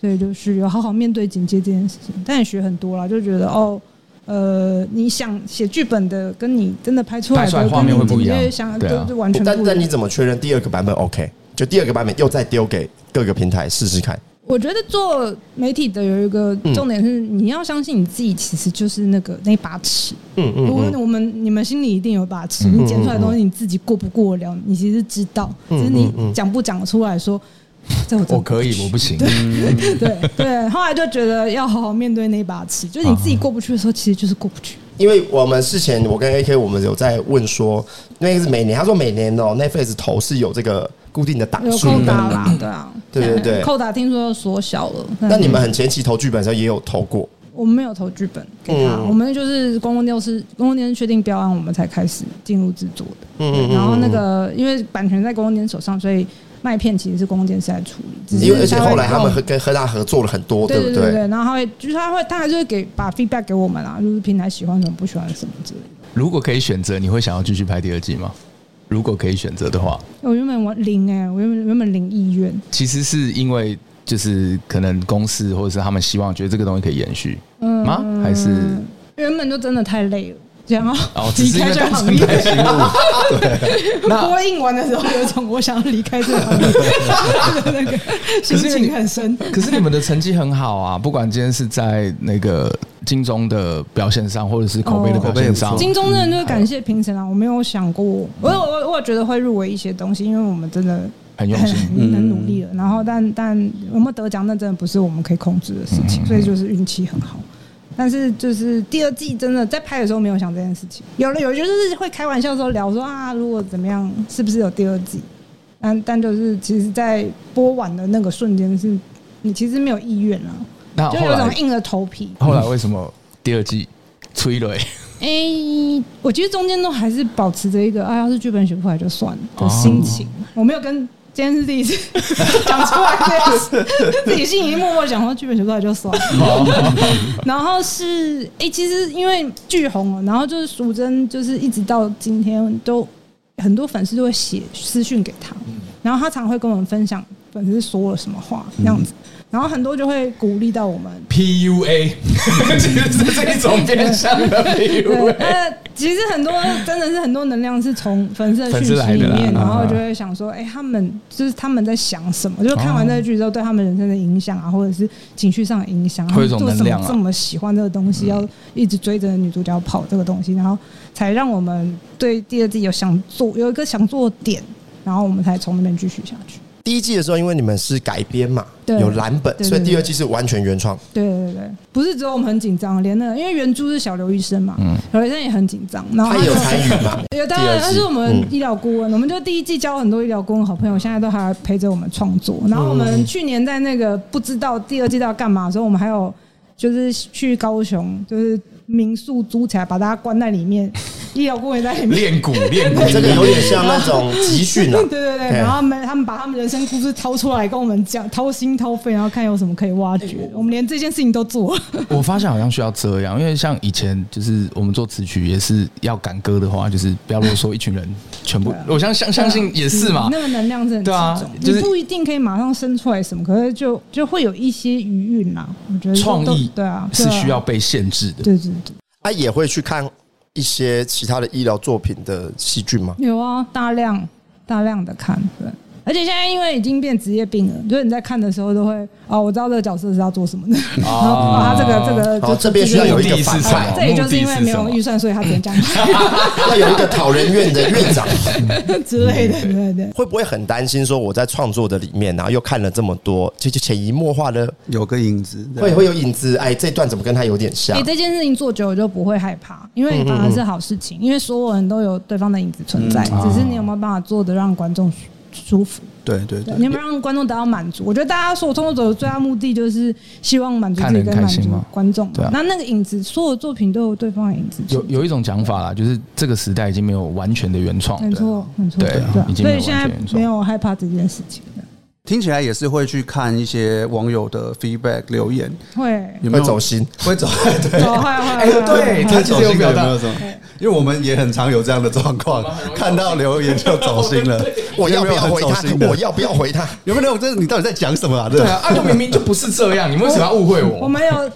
Speaker 5: 所以就是有好好面对警戒这件事情，但也学很多啦，就觉得哦，呃，你想写剧本的，跟你真的拍出来
Speaker 4: 拍出来
Speaker 5: 的
Speaker 4: 画面会不一样
Speaker 5: 跟你警戒想
Speaker 4: 对啊
Speaker 5: 都是完全不
Speaker 1: 但
Speaker 5: 一
Speaker 1: 但你
Speaker 5: 样。
Speaker 1: 怎么确认第二个版本 OK？就第二个版本又再丢给各个平台试试看。
Speaker 5: 我觉得做媒体的有一个
Speaker 1: 嗯
Speaker 5: 重点是，你要相信你自己，其实就是那个那把尺。
Speaker 1: 嗯
Speaker 5: 如果
Speaker 1: 嗯嗯，
Speaker 5: 我们你们心里一定有把尺，你剪出来的东西你自己过不过得了，你其实知道，
Speaker 1: 嗯
Speaker 5: 只是你讲不讲得出来说， 这我真 的
Speaker 4: 我可以，我不行，
Speaker 5: 对对，后来就觉得要好好面对那把
Speaker 1: 啊
Speaker 5: 尺，就是你自己过不去的时候，其实就是过不去。
Speaker 1: 因为我们事前我跟 AK 我们有在问说，那个是每年，他说每年哦、n e t f l i x 投是有这个固定的档
Speaker 5: 有
Speaker 1: 数
Speaker 5: 扣
Speaker 1: 的。
Speaker 5: 打啦，对啊，
Speaker 1: 对对对
Speaker 5: 扣打听说又缩小了。但
Speaker 1: 那你们很前期投剧本的时候也有投过，
Speaker 5: 我们没有投剧本给他，
Speaker 1: 嗯
Speaker 5: 我们就是公共电视公共电视确定标案，我们才开始进入制作的。
Speaker 1: 嗯
Speaker 5: 对然后那个因为版权在公共电视手上，所以卖片其实是公共电视来处理，只是
Speaker 1: 因为而且
Speaker 5: 它会
Speaker 1: 后来他
Speaker 5: 让我
Speaker 1: 们和跟和大合作了很多，
Speaker 5: 对
Speaker 1: 不
Speaker 5: 对对对，然后他会就是他会他还是会给把 feedback 给我们啊，就是平台喜欢什么不喜欢什么之类的。
Speaker 4: 如果可以选择，你会想要继续拍第二季吗？如果可以选择的话，
Speaker 5: 我原本玩零哎、我原本原本零意愿，
Speaker 4: 其实是因为就是可能公司或者是他们希望觉得这个东西可以延续
Speaker 5: 嗯
Speaker 4: 吗？还是
Speaker 5: 原本就真的太累了，想要
Speaker 4: 哦，只
Speaker 5: 离
Speaker 4: 是因
Speaker 5: 开
Speaker 4: 为
Speaker 5: 这个
Speaker 4: 单
Speaker 5: 行
Speaker 4: 纯
Speaker 5: 业。
Speaker 4: 拍新物？那
Speaker 5: 播映完的时候，有一种我想要离开这个行业的 那个心情很深。
Speaker 4: 可是你们的成绩很好啊，不管今天是在那个金钟的表现上，或者是口碑的表现上，
Speaker 2: 哦
Speaker 5: 金钟真的就是感谢评审
Speaker 4: 嗯
Speaker 5: 啊，我没有想过，我我我我觉得会入围一些东西，因为我们真的
Speaker 4: 很用
Speaker 5: 很
Speaker 4: 心。嗯
Speaker 5: 很努力了。然后但但有没有得奖，那真的不是我们可以控制的事
Speaker 4: 嗯
Speaker 5: 情，所以就是运气很好。但是就是第二季真的在拍的时候没有想这件事情，有了有就是会开玩笑的时候聊说啊，如果怎么样，是不是有第二季？但但就是其实，在播完的那个瞬间是。你其实没有意愿啊，
Speaker 4: 那
Speaker 5: 就
Speaker 4: 后
Speaker 5: 有种
Speaker 4: 来
Speaker 5: 硬着头皮。
Speaker 4: 后来为什么第二季催 泪？
Speaker 5: 哎、我觉得中间都还是保持着一个啊，要是剧本写不出来就算了的心情。我没有跟今天是第一次讲出来这样子，自己心里默默讲说剧本写不出来就算了。然后是哎、其实因为剧红啊了，然后就是淑珍，就是一直到今天都很多粉丝都会写私讯给他，然后他常会跟我们分享粉丝说了什么话这样子，然后很多就会鼓励到我们
Speaker 4: PUA，其实是这一种变相的
Speaker 5: 对，
Speaker 4: PUA。
Speaker 5: 那其实很多真的是很多能量是从粉丝的
Speaker 4: 粉
Speaker 5: 讯
Speaker 4: 丝
Speaker 5: 息
Speaker 4: 来
Speaker 5: 里
Speaker 4: 的啦
Speaker 5: 面，然后
Speaker 4: 嗯嗯
Speaker 5: 就会想说，哎、他们就是他们在想什么？就是看
Speaker 4: 哦
Speaker 5: 完这个剧之后，对他们人生的影响啊，或者是情绪上的影响，
Speaker 4: 会有一种
Speaker 5: 他们
Speaker 4: 能
Speaker 5: 做
Speaker 4: 量
Speaker 5: 什
Speaker 4: 啊嗯
Speaker 5: 么这么喜欢这个东西，要一直追着女主角跑这个东西，然后才让我们对第二季有想做有一个想做的点，然后我们才从那边继续下去。
Speaker 1: 第一季的时候，因为你们是改编嘛，
Speaker 5: 对
Speaker 1: 有蓝本，
Speaker 5: 对对
Speaker 1: 所以第二季是完全原 创。
Speaker 5: 对对对，不是只有我们很紧张，连那个因为原著是小刘医生嘛，
Speaker 4: 嗯
Speaker 5: 小刘医生也很紧张，然后
Speaker 1: 他
Speaker 5: 他
Speaker 1: 也有
Speaker 5: 就
Speaker 1: 参与嘛？
Speaker 5: 有当
Speaker 1: 第二
Speaker 5: 然，
Speaker 1: 季
Speaker 5: 他是我们
Speaker 1: 嗯
Speaker 5: 医疗顾问，我们就第一季交很多医疗顾问好朋友，现在都还陪着我们创作。然后我
Speaker 1: 嗯
Speaker 5: 们去年在那个不知道第二季要干嘛的时候，我 们还有就是去高雄，就是民宿租起来，把大家关在里面，医疗顾问也在里面。
Speaker 4: 练骨
Speaker 2: 嗯
Speaker 4: 练 骨，
Speaker 1: 这个有点像那种集训啊
Speaker 5: 对，对对，
Speaker 1: 哎
Speaker 5: 然后他们他们把他们人生故事掏出来跟我们讲，掏心掏肺，然后看有什么可以挖掘。
Speaker 1: 哎
Speaker 5: 我们连这件事情都做了，
Speaker 4: 我发现好像需要这样，因为像以前就是我们做词曲也是要赶歌的话，就是不要啰嗦，一群人全部，我相相相信也是嘛
Speaker 5: 嗯。那个能量真
Speaker 4: 对
Speaker 5: 的
Speaker 4: 啊
Speaker 5: 很重，
Speaker 4: 就是
Speaker 5: 你不一定可以马上生出来什么，可是就就会有一些余韵啦。我觉得就
Speaker 4: 创
Speaker 5: 都
Speaker 4: 意
Speaker 5: 对啊
Speaker 4: 是
Speaker 5: 对啊
Speaker 4: 需要被限制的。
Speaker 5: 对对对。
Speaker 1: 他也会去看一些其他的医疗作品的戏剧吗？
Speaker 5: 有啊，大量大量的看，对。而且现在因为已经变职业病了，就是你在看的时候都会哦，我知道这个角色是要做什么的， 然后啊，他这个这个
Speaker 1: 哦
Speaker 5: 就
Speaker 1: 这边需要有一个
Speaker 4: 目的是
Speaker 1: 反
Speaker 4: 什
Speaker 1: 派
Speaker 4: 么，
Speaker 5: 这也就是因为没有预算，所以他只 能这样拍
Speaker 1: 要有一个讨人怨的院 长，
Speaker 5: 之类的，对对。
Speaker 1: 会不会很担心说我在创作的里面然后又看了这么多，就就潜移默化的
Speaker 2: 有个影子，对
Speaker 1: 会会有影子？哎，这段怎么跟他有点像
Speaker 4: 啊
Speaker 5: 你？哎这件事情做久了就不会害怕，因
Speaker 4: 嗯
Speaker 5: 为反而是好事情，因为所有人都有对方的影子存
Speaker 4: 嗯
Speaker 5: 在，只是你有没有办法做的让观众舒舒服。
Speaker 2: 对对对，
Speaker 5: 对你有没有让观众得到满足？我觉得大家说我创作者的最大目的就是希望满足自己跟
Speaker 4: 看得很
Speaker 5: 满
Speaker 4: 开心
Speaker 5: 足
Speaker 4: 嘛
Speaker 5: 观众嘛
Speaker 4: 对啊。
Speaker 5: 那那个影子，所有作品都有对方的影子。
Speaker 4: 有有一种讲法啦，就是这个时代已经没有完全的原创，
Speaker 5: 没错，没错，
Speaker 4: 对啊
Speaker 5: 对啊
Speaker 4: 已，经
Speaker 5: 所
Speaker 4: 没有
Speaker 5: 以现
Speaker 4: 完
Speaker 5: 在
Speaker 4: 全原创
Speaker 5: 没有害怕这件事情了。
Speaker 2: 听起来也是会去看一些网友的 feedback 留言，
Speaker 5: 会
Speaker 2: 有
Speaker 1: 会
Speaker 2: 没有
Speaker 1: 走心？
Speaker 2: 会 走？对
Speaker 5: 哦走会会
Speaker 2: 哎
Speaker 5: 会
Speaker 2: 对，
Speaker 5: 会
Speaker 2: 他
Speaker 4: 会
Speaker 2: 走心
Speaker 4: 会
Speaker 2: 有没有走？因为我们也很常有这样的状 况，看到留言就走心 了。
Speaker 1: 我要不要回
Speaker 2: 有没有很
Speaker 1: 他
Speaker 2: 走心？的
Speaker 1: 我要不要回他？
Speaker 2: 有没有那种？这你到底在讲什么啊？
Speaker 4: 对啊，啊，就明明就不是这样，你们为什么要误会
Speaker 5: 我
Speaker 4: 我？
Speaker 5: 们有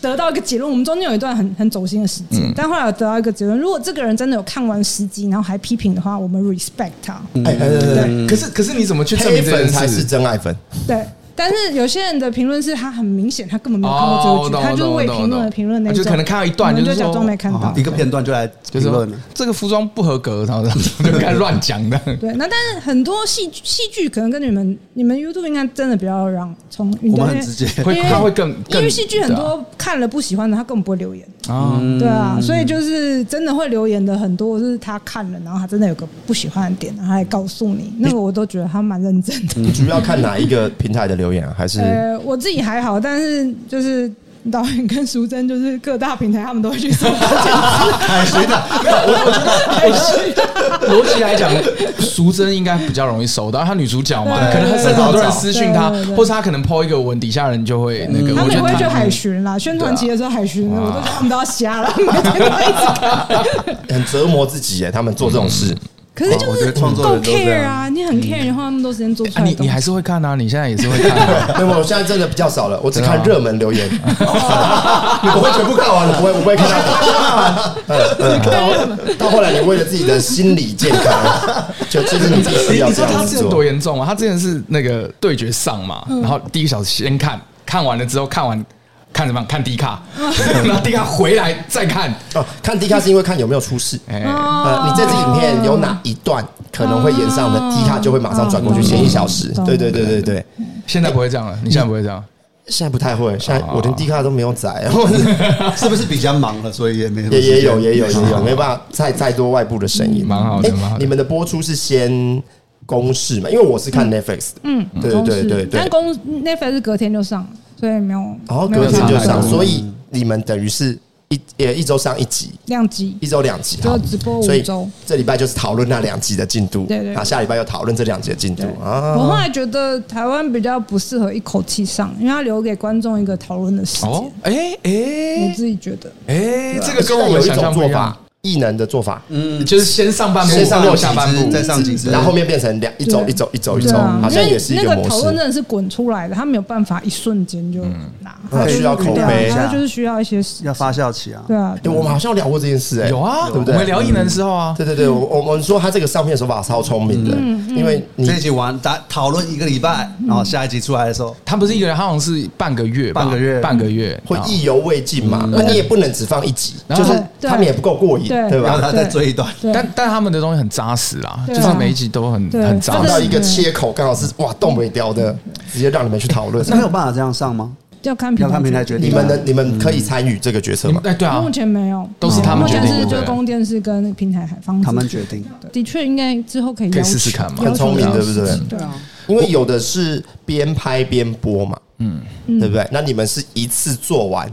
Speaker 5: 得到一个结论，我们中间有一段很很走心的时
Speaker 4: 嗯
Speaker 5: 间，但后来有得到一个结论，如果这个人真的有看完十集，然后还批评的话，我们 respect 他。
Speaker 4: 嗯
Speaker 2: 嗯
Speaker 1: 哎，哎哎哎
Speaker 4: 可是可是你怎么去证
Speaker 1: 黑
Speaker 4: 明这
Speaker 1: 粉
Speaker 4: 件
Speaker 1: 才是
Speaker 4: 事？
Speaker 1: 真爱粉。
Speaker 5: 对，但是有些人的评论是他很明显，他根本没有看
Speaker 4: 哦
Speaker 5: 过
Speaker 4: 我
Speaker 5: 这个
Speaker 4: 懂
Speaker 5: 剧，他就是为
Speaker 4: 我懂
Speaker 5: 评论
Speaker 4: 我
Speaker 5: 而
Speaker 4: 懂
Speaker 5: 评论那
Speaker 4: 啊
Speaker 5: 种，
Speaker 4: 就可能看到一段
Speaker 5: 我们
Speaker 4: 就
Speaker 5: 就是假
Speaker 4: 说哦
Speaker 5: 装没看到
Speaker 2: 啊一个片段就来
Speaker 4: 就
Speaker 2: 评
Speaker 4: 是说
Speaker 2: 论了。
Speaker 4: 这个服装不合格，然后然后就开始乱讲 的。
Speaker 5: 对，那但是很多戏剧戏剧可能跟你们你们 YouTube 应该真的比较让从运
Speaker 2: 我
Speaker 5: 动
Speaker 2: 们很
Speaker 5: 因为
Speaker 2: 直接，
Speaker 4: 会
Speaker 5: 因为
Speaker 4: 他会更
Speaker 5: 因
Speaker 4: 更
Speaker 5: 为戏剧很
Speaker 2: 啊
Speaker 5: 多看了不喜欢的，他根本不会留言，
Speaker 4: 对啊啊，
Speaker 5: 对啊，所以就是真的会留言的很多，就是他看了，然后他真的有个不喜欢的点，然后他还告诉你，那个我都觉得他蛮认真的。
Speaker 2: 嗯
Speaker 1: 你主要看哪一个平台的留言啊？还是
Speaker 5: 呃，我自己还好，但是就是导演跟淑珍就是各大平台他们都会去 搜，
Speaker 2: 哎
Speaker 4: 逻辑来讲，淑珍应该比较容易收到，她女主角嘛，
Speaker 5: 对
Speaker 4: 可能她甚至很多人私讯她
Speaker 5: 对对，对
Speaker 4: 或是她可能 po 一个文，底下人就会那
Speaker 1: 嗯
Speaker 4: 个。
Speaker 5: 他
Speaker 4: 我
Speaker 5: 们
Speaker 4: 觉
Speaker 5: 也
Speaker 4: 得
Speaker 5: 会去
Speaker 4: 她
Speaker 5: 海巡
Speaker 2: 嗯
Speaker 5: 啦，宣传期的时候海巡，
Speaker 2: 啊
Speaker 5: 我都觉得他们都要 瞎了，每天都一直看。
Speaker 1: 很折磨自己耶？他们做这种事，
Speaker 5: 可是就
Speaker 2: 我觉
Speaker 5: 是
Speaker 2: 得创作
Speaker 5: 够
Speaker 2: 人都这
Speaker 5: care
Speaker 2: 样。嗯
Speaker 5: 啊，你很 care 的话，那么多时间做出
Speaker 4: 啊
Speaker 5: 来的
Speaker 4: 你
Speaker 5: 东
Speaker 4: 你
Speaker 5: 西
Speaker 4: 还是会看啊，你现在也是会看啊。
Speaker 1: 那么我现在真的比较少了，我只看热门留言，
Speaker 2: 我会全部看完
Speaker 1: 我不会
Speaker 2: 了。
Speaker 1: 我不会看到。嗯嗯到到后来，你为了自己的心理健康，就就是你必须
Speaker 4: 你
Speaker 1: 要
Speaker 4: 你
Speaker 1: 这
Speaker 4: 说他
Speaker 1: 样
Speaker 4: 之
Speaker 1: 子
Speaker 4: 前多
Speaker 1: 做。嗯
Speaker 4: 严重啊？他之前是那个对决上嘛，然后第一个小时先看，看完了之后看完看什么？看迪卡，然后迪卡回来再看。
Speaker 1: 哦，看 D 卡是因为看有没有出事。
Speaker 4: 哎，
Speaker 1: 呃，你这支影片有哪一段可能会演上的
Speaker 5: 哦
Speaker 1: D 卡，就会马上转过去
Speaker 5: 哦
Speaker 1: 写一小时。
Speaker 5: 懂
Speaker 1: 对对对对对，
Speaker 4: 现在不会这样了，你现在不会这样。
Speaker 1: 现在不太会，现在我连 D 卡都没有载，
Speaker 2: 是不是比较忙了，所以也没什么
Speaker 1: 也也有
Speaker 2: 时间
Speaker 1: 也有也 有，没办法，再再多外部的声音，
Speaker 4: 蛮好的
Speaker 1: 诶
Speaker 4: 蛮好的
Speaker 1: 哎你们的播出是先公示嘛？因为我是看 Netflix 的，
Speaker 5: 嗯，
Speaker 1: 对
Speaker 5: 公
Speaker 1: 对
Speaker 5: 司
Speaker 1: 对对
Speaker 5: 但公 Netflix 是隔天就上了，所以没有，
Speaker 1: 然后
Speaker 5: 没
Speaker 1: 隔
Speaker 5: 有
Speaker 1: 天
Speaker 5: 差
Speaker 1: 就
Speaker 5: 太
Speaker 1: 上，
Speaker 5: 多
Speaker 1: 所以你们等于是一也一周上一集，
Speaker 5: 量级
Speaker 1: 一周两集，
Speaker 5: 就
Speaker 1: 好
Speaker 5: 直播五
Speaker 1: 所以
Speaker 5: 周。
Speaker 1: 这礼拜就是讨论那两集的进度，
Speaker 5: 对对对
Speaker 1: 啊，下礼拜又讨论这两集的进度啊。
Speaker 5: 我后来觉得台湾比较不适合一口气上，因为它留给观众一个讨论的时
Speaker 1: 嗯
Speaker 5: 间。
Speaker 4: 哦，哎
Speaker 5: 我
Speaker 4: 哎
Speaker 5: 自己觉得，
Speaker 4: 哎，这个跟
Speaker 1: 现在
Speaker 4: 我们
Speaker 1: 啊有一
Speaker 4: 想
Speaker 1: 种
Speaker 4: 象不
Speaker 1: 做
Speaker 4: 一样嗯
Speaker 1: 法，，艺能的做法，
Speaker 4: 就是先上半部，
Speaker 1: 先上六集
Speaker 4: 下
Speaker 2: 啊
Speaker 4: 半部，
Speaker 2: 再上几次，
Speaker 1: 然后后面变成两一周
Speaker 5: 对
Speaker 1: 一周一周一
Speaker 5: 对
Speaker 1: 周，
Speaker 5: 啊，
Speaker 1: 哦好
Speaker 5: 因
Speaker 1: 像
Speaker 5: 为
Speaker 1: 也是一
Speaker 5: 那
Speaker 1: 个
Speaker 5: 个
Speaker 1: 模
Speaker 5: 讨
Speaker 1: 式
Speaker 5: 论。真的是滚出来的，他没有办法一瞬间就拿，
Speaker 1: 嗯
Speaker 5: 它就是
Speaker 1: 需要口
Speaker 5: 对啊
Speaker 1: 碑
Speaker 5: 它就是需要一些时，
Speaker 2: 要发酵起啊。
Speaker 5: 对啊，
Speaker 1: 哎诶我们好像有聊过这件事，哎，
Speaker 4: 有啊，
Speaker 1: 对不嗯
Speaker 4: 我
Speaker 1: 对？
Speaker 4: 们聊艺能的时候啊，
Speaker 1: 对对对，我我我们说他这个上片手法超聪明的，
Speaker 5: 嗯
Speaker 1: 因为你
Speaker 2: 这一集完，打讨论一个礼拜，然后下一集出来的时候，
Speaker 4: 他不是一个人，他好像是半个月吧，
Speaker 2: 半个月
Speaker 4: 半个月
Speaker 1: 会
Speaker 4: 啊
Speaker 1: 意犹未尽嘛，那你也不能只放一集，
Speaker 4: 然
Speaker 1: 就
Speaker 4: 后
Speaker 1: 是
Speaker 5: 对
Speaker 1: 他们也不够过瘾，
Speaker 5: 对
Speaker 1: 对
Speaker 2: 然后
Speaker 1: 吧？
Speaker 2: 他再追一段。
Speaker 5: 对，啊
Speaker 4: 但但他们的东西很扎实啦，
Speaker 5: 对
Speaker 4: 就
Speaker 5: 啊
Speaker 4: 是每一集都很
Speaker 5: 对
Speaker 4: 很扎
Speaker 1: 找
Speaker 5: 他
Speaker 4: 实
Speaker 5: 的。
Speaker 1: 到一个切口，刚好是哇，动没掉的，直接让你们去讨论
Speaker 2: 那。有办法这样上吗？
Speaker 5: 要看
Speaker 2: 要看平台决 定
Speaker 1: 你们的你们可以参与这个决策
Speaker 4: 你们
Speaker 1: 吗？
Speaker 4: 哎，对啊
Speaker 5: 目，前没有，嗯
Speaker 4: 都是他们
Speaker 5: 目
Speaker 4: 决
Speaker 5: 前
Speaker 4: 定的
Speaker 5: 是
Speaker 4: 对
Speaker 5: 就
Speaker 4: 不对
Speaker 5: 公电视跟平台海方
Speaker 2: 他们决定。
Speaker 5: 的确应该之后可以
Speaker 4: 可以
Speaker 5: 要求
Speaker 4: 试试看嘛
Speaker 5: 要求
Speaker 1: 很聪明
Speaker 5: 这件事
Speaker 1: 对不对
Speaker 5: 情对啊，
Speaker 1: 因为有的是边拍边播嘛，嗯，对不对？那你们是一次做完，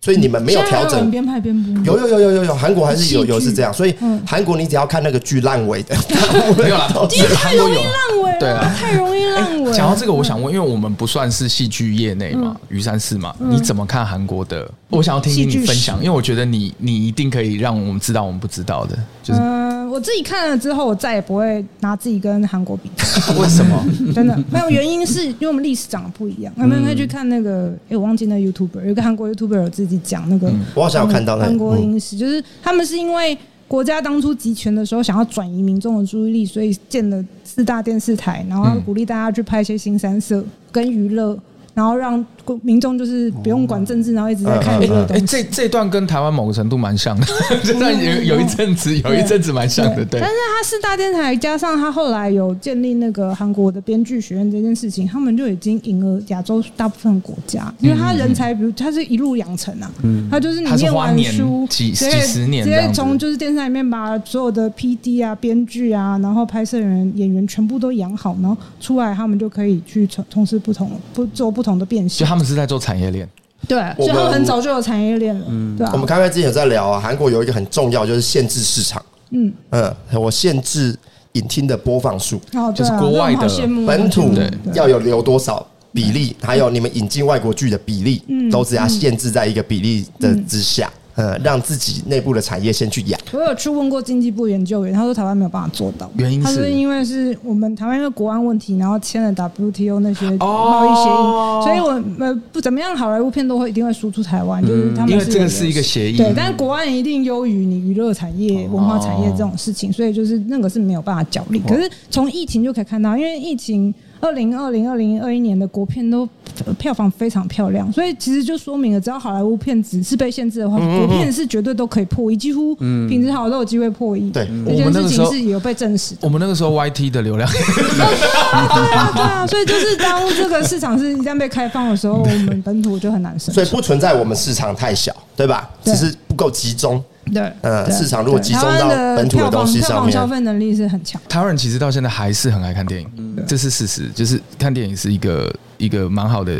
Speaker 1: 所以你们没有
Speaker 5: 现在还
Speaker 1: 调
Speaker 5: 人
Speaker 1: 整。
Speaker 5: 编排编不吗
Speaker 1: 有有有有有有，韩国还是有
Speaker 5: 嗯戏剧
Speaker 1: 有是这样，所以
Speaker 5: 嗯
Speaker 1: 韩国你只要看那个剧烂尾的，
Speaker 4: 没有啦，
Speaker 5: 因为太容易烂尾
Speaker 4: 对
Speaker 5: 了，
Speaker 4: 啊
Speaker 5: 太容易烂尾。
Speaker 4: 讲到这个，我想问，因为我们不算是戏剧业内嘛，于山四嘛，你怎么看韩国的？我想要听听
Speaker 5: 嗯戏剧
Speaker 4: 你
Speaker 5: 史
Speaker 4: 分享，因为我觉得你你一定可以让我们知道我们不知道的，就是
Speaker 5: 嗯、我自己看了之后，我再也不会拿自己跟韩国比，
Speaker 4: 为什么？ 嗯
Speaker 5: 真的没有原因，是因为我们历史长得不一样。你们可以去看那个，哎、我忘记那 YouTuber，有一个韩国 YouTuber 有自己讲那个
Speaker 4: 嗯
Speaker 1: 我好像有看到那
Speaker 5: 韩国
Speaker 1: 嗯
Speaker 5: 影史，就是他们是因为国家当初集权的时候，想要转移民众的注意力，所以建了四大电视台，然后要
Speaker 4: 嗯
Speaker 5: 鼓励大家去拍一些新三色跟娱乐。然后让民众就是不用管
Speaker 1: 嗯
Speaker 5: 政治，然后一直在看娱乐的
Speaker 4: 哎、
Speaker 5: 东西。
Speaker 4: 这这段跟台湾某个程度蛮像的，这段
Speaker 5: 嗯
Speaker 4: 有有一阵子有一阵子蛮像的，对
Speaker 5: 但。是他四大电台加上他后来有建立那个韩国的编剧学院这件事情，他们就已经赢了亚洲大部分国家，
Speaker 4: 嗯
Speaker 5: 因为他人才，比如他是一路养成啊，他就是你
Speaker 4: 他是
Speaker 5: 念
Speaker 4: 花
Speaker 5: 完
Speaker 4: 年
Speaker 5: 书
Speaker 4: 嗯几
Speaker 5: 直接
Speaker 4: 几十年
Speaker 5: 直
Speaker 4: 这
Speaker 5: 接
Speaker 4: 样子
Speaker 5: 从就是电视台里面把所有的 P D 啊、编剧啊，然后拍摄人、演员全部都养好，然后出来他们就可以去从从事不同不做不同的变
Speaker 4: 就
Speaker 5: 形，
Speaker 4: 他们是在做产业链，
Speaker 5: 对，
Speaker 1: 我
Speaker 5: 所以他们
Speaker 1: 们
Speaker 5: 很早就有产业链了，
Speaker 4: 嗯
Speaker 5: 对啊
Speaker 1: 我们，刚才之前有在聊啊，韩国有一个很重要就是限制市场，
Speaker 5: 嗯，
Speaker 1: 嗯，我限制影厅的播放数，
Speaker 5: 哦，
Speaker 4: 就
Speaker 5: 对
Speaker 4: 是
Speaker 5: 啊，
Speaker 4: 国外
Speaker 5: 那我好
Speaker 4: 的
Speaker 5: 羡慕
Speaker 1: 本土
Speaker 4: 对
Speaker 1: 要有留多少比例，还有你们引进外国剧的比例，
Speaker 5: 嗯
Speaker 1: 都是要限制在一个比例的之下，呃，让自己内部的产业先去养。
Speaker 5: 我有去问过经济部研究员，他说台湾没有办法做到，
Speaker 4: 原因是
Speaker 5: 他说因为是我们台湾因为国安问题，然后签了 WTO 那些贸易协议，
Speaker 4: 哦
Speaker 5: 所以我们不怎么样，好莱坞片都会一定会输出台湾，就是他
Speaker 4: 嗯
Speaker 5: 们
Speaker 4: 因为
Speaker 5: 有
Speaker 4: 这个是一个协议，
Speaker 5: 对，但是国安一定优于你娱乐产业、
Speaker 1: 哦
Speaker 5: 文化产业这种事情，所以就是那个是没有办法角力。可是从疫情就可以看到，因为疫情二零二零、二零二一年的国片都呃票房非常漂亮，所以其实就说明了，只要好莱坞片子是被限制的
Speaker 1: 嗯
Speaker 5: 话，国片是绝对都可以破亿，几乎品质好都有机会破亿。
Speaker 1: 对
Speaker 5: 这
Speaker 4: 我们
Speaker 5: 件
Speaker 4: 那个
Speaker 5: 事
Speaker 4: 时
Speaker 5: 情
Speaker 4: 候
Speaker 5: 是有被证实的。
Speaker 4: 我们那个时候 YT 的流量，
Speaker 5: 对啊，对啊，所以就是当这个市场是一旦被开放的时候，我们本土就很难生
Speaker 1: 所以
Speaker 5: 存。
Speaker 1: 不存在我们市场太小，对吧？
Speaker 5: 对
Speaker 1: 只是不够集中。
Speaker 5: 对，
Speaker 1: 呃
Speaker 5: 对
Speaker 1: 市场如果集中
Speaker 5: 台湾
Speaker 1: 到本土的
Speaker 5: 票房
Speaker 1: 东西
Speaker 5: 票
Speaker 1: 上
Speaker 5: 房
Speaker 1: 面
Speaker 5: 消费能力是很强。
Speaker 4: 台湾人其实到现在还是很爱看电影，这是事实，就是看电影是一个一个蛮好的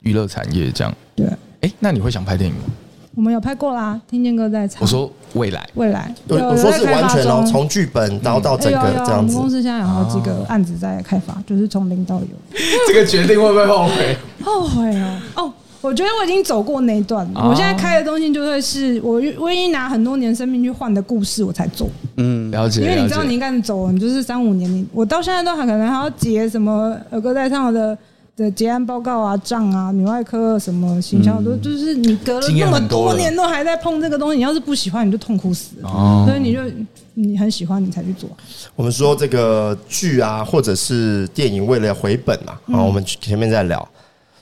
Speaker 4: 娱乐产业。这样，
Speaker 5: 对，
Speaker 4: 哎，那你会想拍电影吗？
Speaker 5: 我们有拍过啦，听见哥在唱。
Speaker 4: 我说未来，
Speaker 5: 未来，
Speaker 1: 我
Speaker 5: 有
Speaker 1: 我说是完全哦，
Speaker 5: 有在开发中
Speaker 1: 从剧本然后到整
Speaker 5: 哎有
Speaker 1: 个
Speaker 5: 有有
Speaker 1: 这
Speaker 5: 我
Speaker 1: 样
Speaker 5: 们
Speaker 1: 子。
Speaker 5: 公司现在有好几个案子在开发，就是从零到有。
Speaker 4: 这个决定会不会后悔？
Speaker 5: 后悔哦，哦。我觉得我已经走过那一段了。
Speaker 4: 哦
Speaker 5: 我现在开的东西就会是我我已经拿很多年生命去换的故事，我才做。
Speaker 2: 嗯，
Speaker 4: 了解，
Speaker 5: 因为你
Speaker 4: 了
Speaker 5: 知道，你
Speaker 4: 解。
Speaker 5: 一旦走了，你就是三五年，你我到现在都还可能还要结什么耳哥在上的的结案报告啊、账啊、女外科什么形象，都、就是你隔了
Speaker 4: 嗯经验
Speaker 5: 那么
Speaker 4: 很多
Speaker 5: 多
Speaker 4: 了
Speaker 5: 年都还在碰这个东西，你要是不喜欢，你就痛苦死了。
Speaker 4: 哦
Speaker 5: 所以你就你很喜欢，你才去做。
Speaker 1: 我们说这个剧啊，或者是电影，为了回本嘛，
Speaker 5: 嗯
Speaker 1: 啊，我们前面在聊，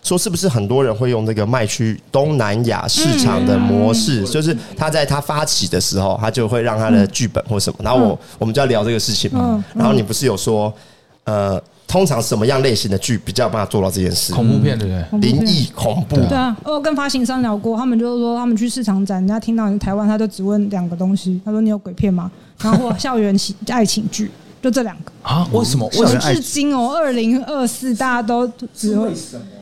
Speaker 1: 说是不是很多人会用这个卖去东南亚市场的模
Speaker 5: 嗯
Speaker 1: 式，就是他在他发起的时候，他就会让他的剧本或什么，然后我我们就要聊这个事情嘛
Speaker 5: 嗯，
Speaker 1: 然后你不是有说，呃，通常什么样类型的剧比较有办法做到这件事？
Speaker 4: 恐怖片对不对？
Speaker 5: 恐怖片
Speaker 1: 灵异、恐怖，
Speaker 5: 对啊，我有跟发行商聊过，他们就是说他们去市场展，人家听到你是台湾，他就只问两个东西，他说你有鬼片吗？然后或校园喜爱情剧，就这两个。
Speaker 4: 啊，为什么？
Speaker 2: 校
Speaker 4: 为什
Speaker 2: 园
Speaker 4: 么？
Speaker 2: 爱
Speaker 5: 至
Speaker 2: 情
Speaker 5: 今哦，二零二四大家都只会，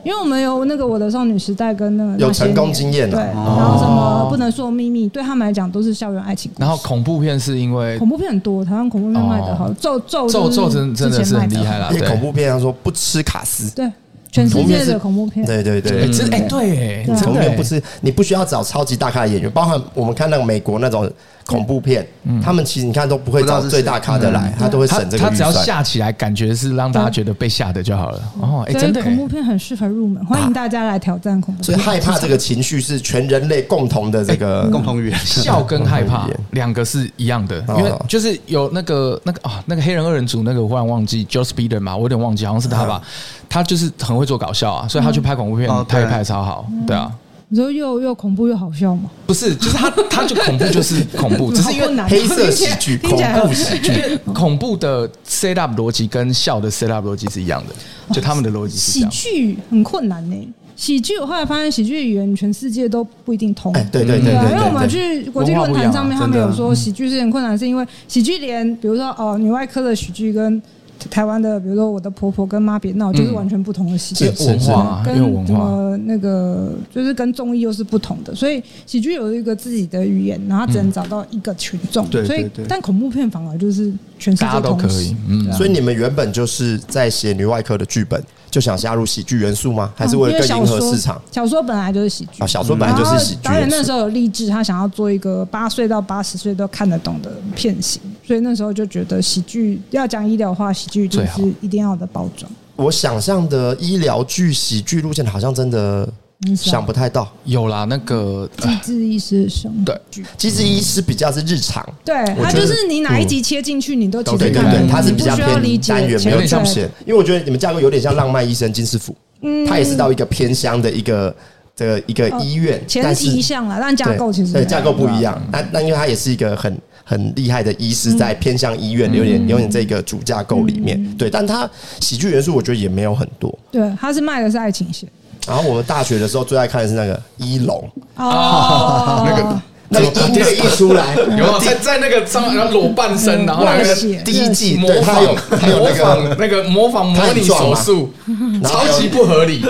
Speaker 5: 因为我们有那个我的少女时代跟那个
Speaker 1: 有
Speaker 5: 那些
Speaker 1: 成功
Speaker 5: 年
Speaker 1: 经验啊
Speaker 5: 对，然后什么不能说的秘密，对他们来讲都是校园爱情故事。
Speaker 4: 然后恐怖片是因为
Speaker 5: 恐怖片很多，台湾恐怖片卖的好，咒咒
Speaker 4: 咒咒
Speaker 5: 就是
Speaker 4: 真真的
Speaker 5: 之前
Speaker 4: 是很
Speaker 5: 卖
Speaker 4: 厉
Speaker 5: 啊得
Speaker 4: 害
Speaker 5: 好
Speaker 4: 啦，
Speaker 1: 而且
Speaker 4: 对
Speaker 1: 恐怖片他说不吃卡斯，
Speaker 5: 对，全世
Speaker 1: 恐怖片
Speaker 5: 界
Speaker 1: 是
Speaker 5: 的恐怖片，
Speaker 1: 对对对
Speaker 4: 哎，，真哎对，
Speaker 5: 对啊
Speaker 4: 真
Speaker 1: 从
Speaker 4: 的
Speaker 1: 来
Speaker 4: 哎
Speaker 1: 不是你不需要找超级大咖的演员，包含我们看那个美国那种恐怖片，
Speaker 5: 嗯
Speaker 1: 他们其实你看都不会找最大咖的来，他都会省
Speaker 4: 他
Speaker 1: 这个
Speaker 4: 他
Speaker 1: 预
Speaker 4: 只要
Speaker 1: 算。
Speaker 4: 吓起来，感觉是让大家觉得被吓的就好了。哦，哎，
Speaker 5: 所
Speaker 4: 真
Speaker 5: 以
Speaker 4: 的
Speaker 5: 恐
Speaker 4: 哎
Speaker 5: 怖片很适合入门，欢迎大家来挑战恐怖
Speaker 1: 所以
Speaker 5: 片。
Speaker 1: 害怕这个情绪是全人类共同的这 个
Speaker 2: 共同语言。
Speaker 4: 笑跟害怕
Speaker 1: 恐怖片
Speaker 4: 两个是一样的，
Speaker 1: 哦
Speaker 4: 因为就是有那个那个啊，那个黑人二人组那个，我忽然忘记 Joe Speeder 嘛，我有点忘记，好像是他吧。他就是很会做搞笑啊，所以他去拍恐怖片
Speaker 2: 哦，
Speaker 4: 他也
Speaker 2: 对
Speaker 4: 拍得超好，对啊。
Speaker 5: 你说又又恐怖又好笑吗？
Speaker 4: 不是，就是他，他就恐怖就是恐 怖，只是因为
Speaker 5: 好困难啊
Speaker 1: 黑色喜剧、
Speaker 5: 听
Speaker 1: 恐
Speaker 5: 起来很
Speaker 1: 怖喜剧，
Speaker 4: 因为恐怖的 set up 逻辑跟笑的 set up 逻辑是一样的，就他们的逻辑是这
Speaker 5: 喜
Speaker 4: 样。
Speaker 5: 剧很困难呢、喜剧我后来发现，喜剧语言全世界都不一定通。
Speaker 1: 哎，对对对
Speaker 5: 啊，因为我
Speaker 1: 对对
Speaker 5: 们
Speaker 1: 对，
Speaker 5: 去国际论坛上面，
Speaker 2: 文化
Speaker 5: 他
Speaker 2: 不一样啊
Speaker 5: 们有说喜剧是很困难，是因为喜剧连比如说哦，女外科的喜剧跟台湾的，比如说我的婆婆跟妈别闹，就是完全不同的喜剧
Speaker 1: 是
Speaker 4: 文化啊，因为
Speaker 5: 跟
Speaker 4: 文
Speaker 5: 什
Speaker 4: 化，
Speaker 5: 么那个就是跟综艺又是不同的，所以喜剧有一个自己的语言，然后只能找到一个群众。
Speaker 4: 对
Speaker 5: 所以
Speaker 4: 对对
Speaker 5: 但恐怖片反而就是全世界
Speaker 4: 大家都可
Speaker 5: 同时
Speaker 4: 以，嗯，
Speaker 5: 啊
Speaker 1: 所以你们原本就是在写女外科的剧本，就想加入喜剧元素吗？还是为了更迎合市场？
Speaker 5: 哦小说本来就是喜剧
Speaker 1: 啊，，小说本来就是喜剧
Speaker 5: 然后导演
Speaker 1: 元
Speaker 5: 那时
Speaker 1: 素。
Speaker 5: 候有立志，他想要做一个八岁到八十岁都看得懂的片型，所以那时候就觉得喜剧要讲医疗化，喜剧就
Speaker 4: 最
Speaker 5: 是
Speaker 1: 啊
Speaker 4: 好
Speaker 5: 一定要有的包装。
Speaker 1: 我想象的医疗剧、喜剧路线好像真的
Speaker 5: 你
Speaker 1: 想不太到。
Speaker 4: 有啦，那个
Speaker 5: 机智医师生
Speaker 4: 对
Speaker 5: 剧，
Speaker 1: 机智医师比较是日常，
Speaker 5: 对，
Speaker 1: 我
Speaker 5: 它
Speaker 1: 觉得
Speaker 5: 就是你哪一集切进去，你都其
Speaker 1: 对对
Speaker 5: 实看
Speaker 1: 对，
Speaker 5: 得懂，
Speaker 1: 它是
Speaker 5: 你
Speaker 1: 比
Speaker 5: 不
Speaker 1: 较
Speaker 5: 需要理
Speaker 1: 偏
Speaker 5: 解
Speaker 1: 单元，没
Speaker 5: 前
Speaker 1: 有
Speaker 5: 面
Speaker 1: 主线。因为我觉得你们架构有点像浪漫医生金师傅，
Speaker 5: 嗯哦
Speaker 1: 他也是到一个偏乡的一个的一个医院，
Speaker 5: 前
Speaker 1: 但是
Speaker 5: 提项了，但架
Speaker 1: 对
Speaker 5: 构其
Speaker 1: 对
Speaker 5: 实没有
Speaker 1: 架构不一样。那那因为他也是一个很很厉害的医
Speaker 5: 嗯
Speaker 1: 师，在偏向医院有点有点这个主架构里面，
Speaker 5: 嗯
Speaker 1: 对，但他喜剧元素我觉得也没有很多。
Speaker 5: 对，它是卖的是爱情线
Speaker 1: 然后我们大学的时候最爱看的是那个一龙，
Speaker 5: 哦，那个
Speaker 1: 那啊个音乐一出来，
Speaker 4: 有啊在在那个上，然后裸半身，然后那
Speaker 5: 热
Speaker 4: 个
Speaker 5: 血
Speaker 1: 第一季
Speaker 4: 模
Speaker 1: 对
Speaker 4: 仿
Speaker 1: 他有他有
Speaker 4: 模
Speaker 1: 那个
Speaker 4: 仿那个模仿模拟手术，
Speaker 1: 然后
Speaker 4: 超
Speaker 1: 还有
Speaker 4: 级不合理。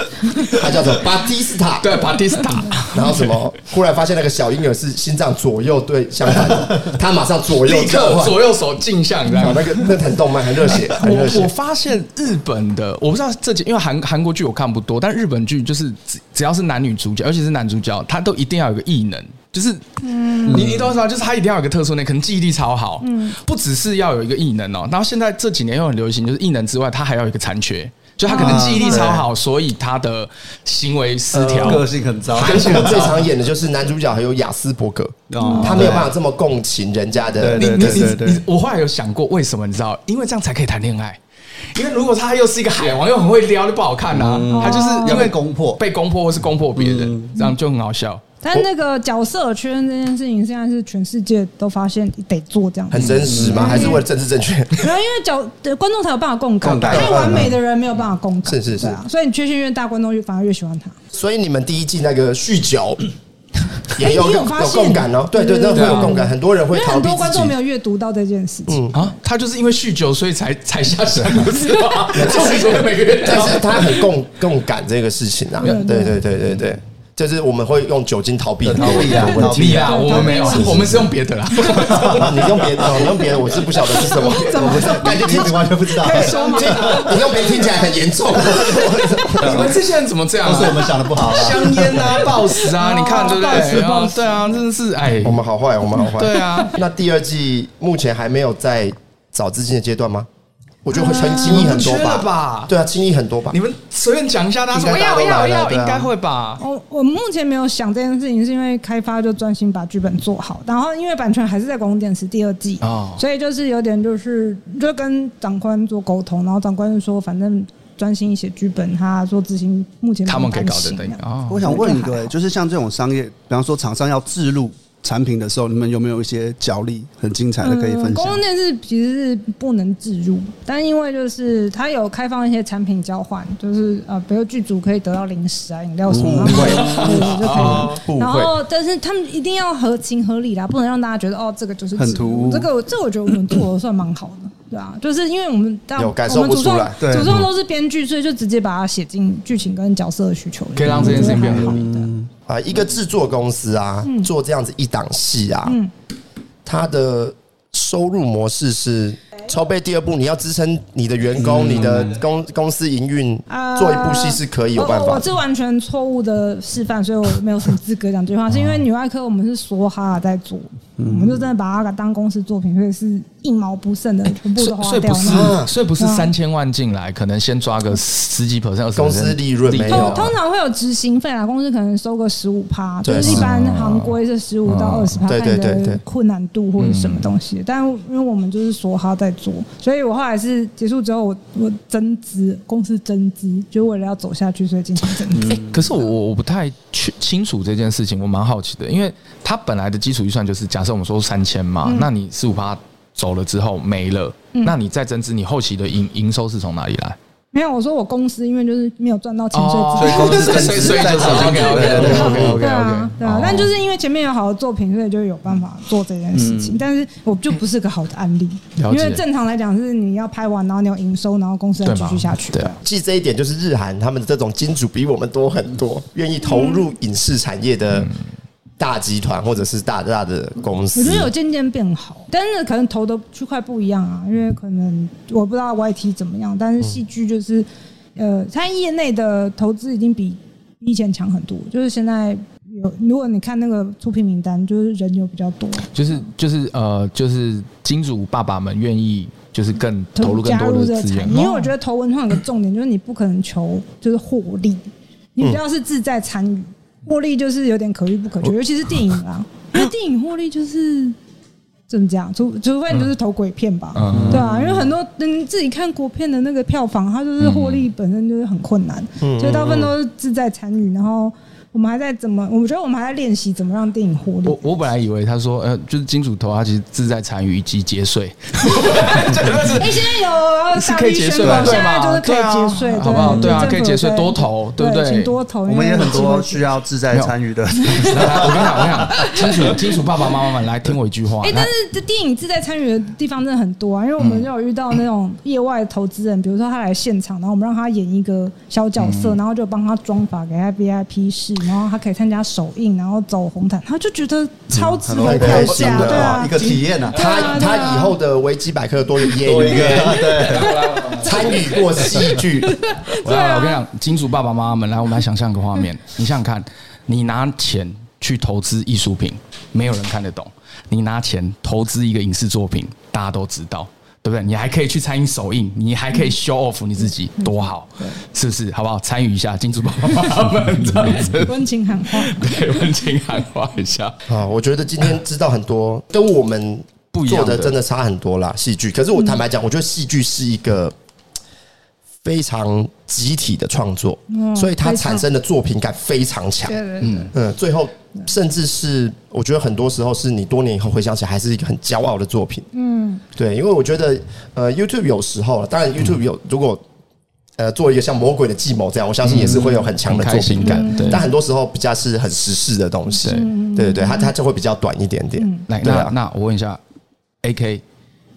Speaker 1: 他叫做巴蒂斯塔，
Speaker 4: 啊对，巴蒂斯塔，
Speaker 1: 然后什么？忽然发现那个小婴儿是心脏左右对相反 的，他马上左右
Speaker 4: 立
Speaker 1: 交
Speaker 4: 刻
Speaker 1: 换。
Speaker 4: 左右手镜像这
Speaker 1: 啊
Speaker 4: 样，。
Speaker 1: 那个那很动漫，很热 血，很热
Speaker 4: 我我
Speaker 1: 血。
Speaker 4: 发现日本的，我不知道这几，因为韩韩国剧我看不多，但日本剧就是只只要是男女主角，尤其是男主角，他都一定要有个异能，就是
Speaker 2: 嗯
Speaker 4: 你你都知道，就是他一定要有个特殊能力，可能记忆力超好，不只是要有一个异能哦。然后现在这几年又很流行，就是异能之外，他还要有一个残缺，就他可能记忆力超好，所以他的行为失调，
Speaker 2: 个性很糟，
Speaker 1: 韩剧最常演的就是男主角还有雅斯伯格，
Speaker 2: 哦
Speaker 1: 他没有办法这么共情人家的
Speaker 4: 你
Speaker 2: 对
Speaker 4: 你
Speaker 2: 对对
Speaker 4: 你
Speaker 2: 对
Speaker 4: 你，我后来有想过，为什么你知道？因为这样才可以谈恋爱。因为如果他又是一个海王，又很会撩，就不好看
Speaker 2: 嗯
Speaker 4: 啊。他就是
Speaker 2: 要
Speaker 4: 因
Speaker 2: 被
Speaker 4: 为
Speaker 2: 攻破。
Speaker 4: 被攻破或是攻破别人，这样就很好笑。
Speaker 5: 但那个角色圈这件事情，现在是全世界都发现得做这样子
Speaker 1: 很，真实
Speaker 5: 嗯
Speaker 1: 吗？还是为了政治正确？
Speaker 5: 然后因为角对观众才有办法共感，
Speaker 2: 共感
Speaker 5: 太完美的人没有办法共感，
Speaker 1: 是是是
Speaker 5: 对啊，所以你缺陷越大，观众越反而越喜欢他。
Speaker 1: 所以你们第一季那个酗 酒也有
Speaker 5: 你有
Speaker 1: 有
Speaker 5: 发现
Speaker 1: 共感哦，对对，
Speaker 5: 对
Speaker 1: 那会
Speaker 5: 对对啊
Speaker 1: 有共感，很多人
Speaker 5: 因
Speaker 1: 会
Speaker 5: 为
Speaker 1: 逃
Speaker 5: 很
Speaker 1: 避
Speaker 5: 多观
Speaker 1: 自
Speaker 5: 众没
Speaker 1: 己。嗯
Speaker 5: 有阅读到这件事情，
Speaker 4: 啊，他就是因为酗酒，所以才才下乡，不是 吗？就是因为每个月
Speaker 1: 但是他很共共感这个事情啊，
Speaker 5: 嗯
Speaker 1: 对对对对对，就是我们会用酒精逃避很多
Speaker 2: 逃避啊
Speaker 1: 很多问
Speaker 2: 逃
Speaker 1: 题
Speaker 2: 避
Speaker 4: 你啊，我们没有，我们是用别的啦。
Speaker 1: 你用别的，你用别的，我是不晓得是什么，
Speaker 2: 感觉听完全不知道，
Speaker 5: 说吗？
Speaker 1: 你用别的听起来很严重。
Speaker 4: 你们这些人怎么这样
Speaker 2: 都是我
Speaker 4: 啊？
Speaker 2: 们想的不好啦。
Speaker 4: 香烟啊，暴食啊，你看对不
Speaker 5: 暴食
Speaker 4: 对？
Speaker 5: 暴
Speaker 4: 啊
Speaker 5: 食
Speaker 4: 对啊，真的是哎
Speaker 1: 我，们好坏，我们好坏。
Speaker 4: 对啊，
Speaker 1: 那第二季目前还没有在找资金的阶段吗？我觉得会很轻易很多
Speaker 4: 不缺了
Speaker 1: 吧？
Speaker 4: 吧？
Speaker 1: 对啊，轻易很多吧
Speaker 4: 你？们随便讲一下，大家说
Speaker 2: 应
Speaker 4: 我
Speaker 2: 该大家
Speaker 4: 要我
Speaker 2: 都
Speaker 4: 要
Speaker 2: 来
Speaker 4: 我
Speaker 2: 了
Speaker 4: 要，
Speaker 2: 对啊
Speaker 4: 应该会吧？
Speaker 5: 我哦我目前没有想这件事情，是因为开发就专心把剧本做好，然后因为版权还是在广东电视第二季，
Speaker 4: 哦
Speaker 5: 所以就是有点就是就跟长官做沟通，然后长官就说反正专心写剧本，他做执行目前
Speaker 4: 他们给搞的
Speaker 5: 担
Speaker 4: 等
Speaker 5: 心
Speaker 4: 于
Speaker 5: 啊
Speaker 4: 哦
Speaker 2: 我想问一
Speaker 5: 就还
Speaker 2: 个，
Speaker 5: 好
Speaker 2: 就是像这种商业，比方说厂商要置入产品的时候，你们有没有一些角力很精彩的可以分
Speaker 5: 嗯公
Speaker 2: 享
Speaker 5: 共？电视其实是不能置入，但因为就是它有开放一些产品交换，就是呃，比如剧组可以得到零食啊、饮料什么，对对就
Speaker 4: 哦
Speaker 5: 可以。然后，但是他们一定要合情合理啦，不能让大家觉得哦，这个就是
Speaker 2: 很
Speaker 5: 植入
Speaker 2: 突兀
Speaker 5: 这个这个我觉得我们做的算蛮好的，对啊，就是因为我们当
Speaker 1: 有感
Speaker 5: 我
Speaker 1: 受
Speaker 5: 们
Speaker 1: 不
Speaker 5: 主
Speaker 1: 出
Speaker 5: 创
Speaker 1: 来
Speaker 2: 对
Speaker 5: 主创都是编剧，所以就直接把它写进剧情跟角色的需求里面，
Speaker 4: 可以让这件事情变
Speaker 5: 我觉得还好的。
Speaker 1: 啊，一个制作公司啊，做这样子一档戏啊，
Speaker 5: 嗯
Speaker 1: 它的收入模式是筹备第二部，你要支撑你的员工、你的公公司营运
Speaker 5: 啊，
Speaker 1: 做一部戏是可以有办
Speaker 5: 我
Speaker 1: 法
Speaker 5: 我
Speaker 1: 的。
Speaker 5: 哦这完全错误的示范，所以我没有什么资格讲这句 话，是因为女外科我们是梭哈在做，
Speaker 1: 嗯
Speaker 5: 我们就真的把它当公司作品，所以是一毛不剩的，全部
Speaker 4: 所
Speaker 5: 都
Speaker 4: 以所
Speaker 5: 花
Speaker 4: 以
Speaker 5: 掉
Speaker 4: 不啊是
Speaker 5: 那种。，
Speaker 4: 所以不是
Speaker 5: 嗯
Speaker 4: 三千万进来，可能先抓个十几 percent，
Speaker 1: 公司利润没有啊
Speaker 5: 通通常会有执行费啦，公司可能收个十五趴，就
Speaker 1: 对
Speaker 5: 是一般行规是十五到二十趴，
Speaker 1: 对
Speaker 5: 看
Speaker 1: 对
Speaker 5: 你
Speaker 1: 对对嗯
Speaker 5: 的困难度或者什么东西。但因为我们就是梭哈在做，所以我后来是结束之后，我我增资，公司增资，就为了要走下去，所以进行增
Speaker 1: 嗯
Speaker 5: 资。
Speaker 4: 哎、可是我我不太去清楚这件事情，我蛮好奇的，因为它本来的基础预算就是假设我们说三千嘛，
Speaker 5: 嗯
Speaker 4: 那你四五趴走了之后没了，那你再增资，你后期的营营收是从哪里来？
Speaker 5: 没有，我说我公司因为就是没有赚到钱，
Speaker 4: 哦
Speaker 5: 所以
Speaker 2: 所以公司
Speaker 5: 只能
Speaker 2: 趁
Speaker 4: 所以
Speaker 2: 趁
Speaker 4: 就是
Speaker 2: 手进去
Speaker 4: OK，OK，OK，OK
Speaker 2: 对对对 OK，OK，OK
Speaker 5: 对啊，对啊
Speaker 4: 哦，
Speaker 5: 但就是因为前面有好的作品，所以就有办法做这件事情。但是我就不是个好的案例，
Speaker 4: 嗯
Speaker 5: 因
Speaker 4: 了解
Speaker 5: 为正常来讲是你要拍完，然后你有营收，然后公司要
Speaker 4: 对
Speaker 5: 继
Speaker 4: 吧
Speaker 5: 续下去。
Speaker 4: 对啊，
Speaker 1: 记这一点，就是日韩他们的这种金主比我们多很多，愿意投入影视产业
Speaker 2: 嗯
Speaker 1: 的大集团或者是大大的公
Speaker 5: 我
Speaker 1: 司
Speaker 5: 觉。得有渐渐变好，但是可能投的区块不一样啊，因为可能我不知道 YT 怎么样，但是戏剧就是，
Speaker 4: 嗯
Speaker 5: 呃，它业内的投资已经比以前强很多，就是现在有，如果你看那个出品名单，就是人有比较多，
Speaker 4: 就是就是呃，就是金主爸爸们愿意就是更投入更
Speaker 5: 加
Speaker 4: 多
Speaker 5: 入这
Speaker 4: 的
Speaker 5: 个
Speaker 4: 资源哦
Speaker 5: 产，业，因为我觉得投文创有个重点就是你不可能求就是获利，
Speaker 4: 嗯
Speaker 5: 你比较是自在参与，获利就是有点可遇不可
Speaker 4: 哦
Speaker 5: 求，尤其是电影 啦，因为电影获利就是怎么讲，除除非你就是投鬼片吧，
Speaker 4: 嗯
Speaker 5: 对啊，因为很多嗯自己看国片的那个票房，它就是获利本身就是很困难，所以大部分都是自在参与，然后我们还在怎么，我觉得我们还在练习怎么让电影获利
Speaker 4: 我。我本来以为他说，呃，就是金主投，他其实自在参与以及节税，
Speaker 5: 哎，现在有
Speaker 4: 是
Speaker 5: 大
Speaker 4: 可以
Speaker 5: 力
Speaker 4: 节
Speaker 5: 宣
Speaker 4: 税嘛，
Speaker 5: 传，现
Speaker 4: 对
Speaker 5: 在
Speaker 4: 吗？
Speaker 5: 就是可以节税，
Speaker 4: 对啊
Speaker 5: 对
Speaker 4: 好不好？对啊，
Speaker 5: 政府
Speaker 4: 可以节税
Speaker 5: 有在
Speaker 4: 多投，对不
Speaker 5: 对？请
Speaker 4: 对？
Speaker 5: 多投，
Speaker 2: 我们也
Speaker 5: 因为
Speaker 2: 很
Speaker 5: 机会
Speaker 2: 多需要自在参与的，
Speaker 4: 来我跟你讲，我跟你讲，金主金主爸爸妈妈们来听我一句话。
Speaker 5: 哎、但是这电影自在参与的地方真的很多啊，因为我
Speaker 2: 嗯
Speaker 5: 们就有遇到那种业外投资人，比如说他来现场，然后我们让他演一个小角
Speaker 2: 嗯
Speaker 5: 色，然后就帮他装法，给他 VIP 室，然后他可以参加首映，然后走红毯，他就觉
Speaker 2: 嗯
Speaker 5: 得超值回票价，对啊
Speaker 2: 一，个体验啊，
Speaker 5: 对啊
Speaker 1: 他
Speaker 5: 对啊
Speaker 1: 他以后的维基百科多也有一个 参与过戏剧，啊
Speaker 4: 我呃要我跟你讲，金主爸爸妈妈们，来，我们来想象一个画 面。你想想看，你拿钱去投资艺术品，没有人看得懂；你拿钱投资一个影视作品，大家都知道，对不对？你还可以去参与首映，你还
Speaker 1: 嗯
Speaker 4: 可以 show off 你自己，多好，是不是？好不好？参与一下金主爸爸妈妈们这样子，
Speaker 5: 温情喊话。
Speaker 4: 对，温情喊话一 下。
Speaker 1: 啊，我觉得今天知道很多，跟我们
Speaker 4: 不一样
Speaker 1: 做
Speaker 4: 的
Speaker 1: 的真的差很多啦。戏剧，可是
Speaker 5: 嗯
Speaker 1: 我坦白讲，我觉得戏剧是一个非常集体的创作，
Speaker 5: 嗯
Speaker 1: 所以它
Speaker 5: 非常
Speaker 1: 产生的作品感非常强。
Speaker 5: 对对对，
Speaker 1: 嗯，最后甚至是我觉得很多时候是你多年以后回想起来，还是一个很骄傲的作品。
Speaker 5: 嗯，
Speaker 1: 对，因为我觉得呃，YouTube 有时候，当然 YouTube 有如果呃做一个像《魔鬼的计谋》这样，我相信也是会有很强的
Speaker 4: 很
Speaker 1: 作
Speaker 4: 开心
Speaker 1: 品感
Speaker 4: 嗯对。
Speaker 1: 但很多时候比较是很时事的东西，对对对，它它就会比较短一点点。
Speaker 4: 来，
Speaker 1: 对
Speaker 4: 那
Speaker 1: 啊
Speaker 4: 那我问一下，A K，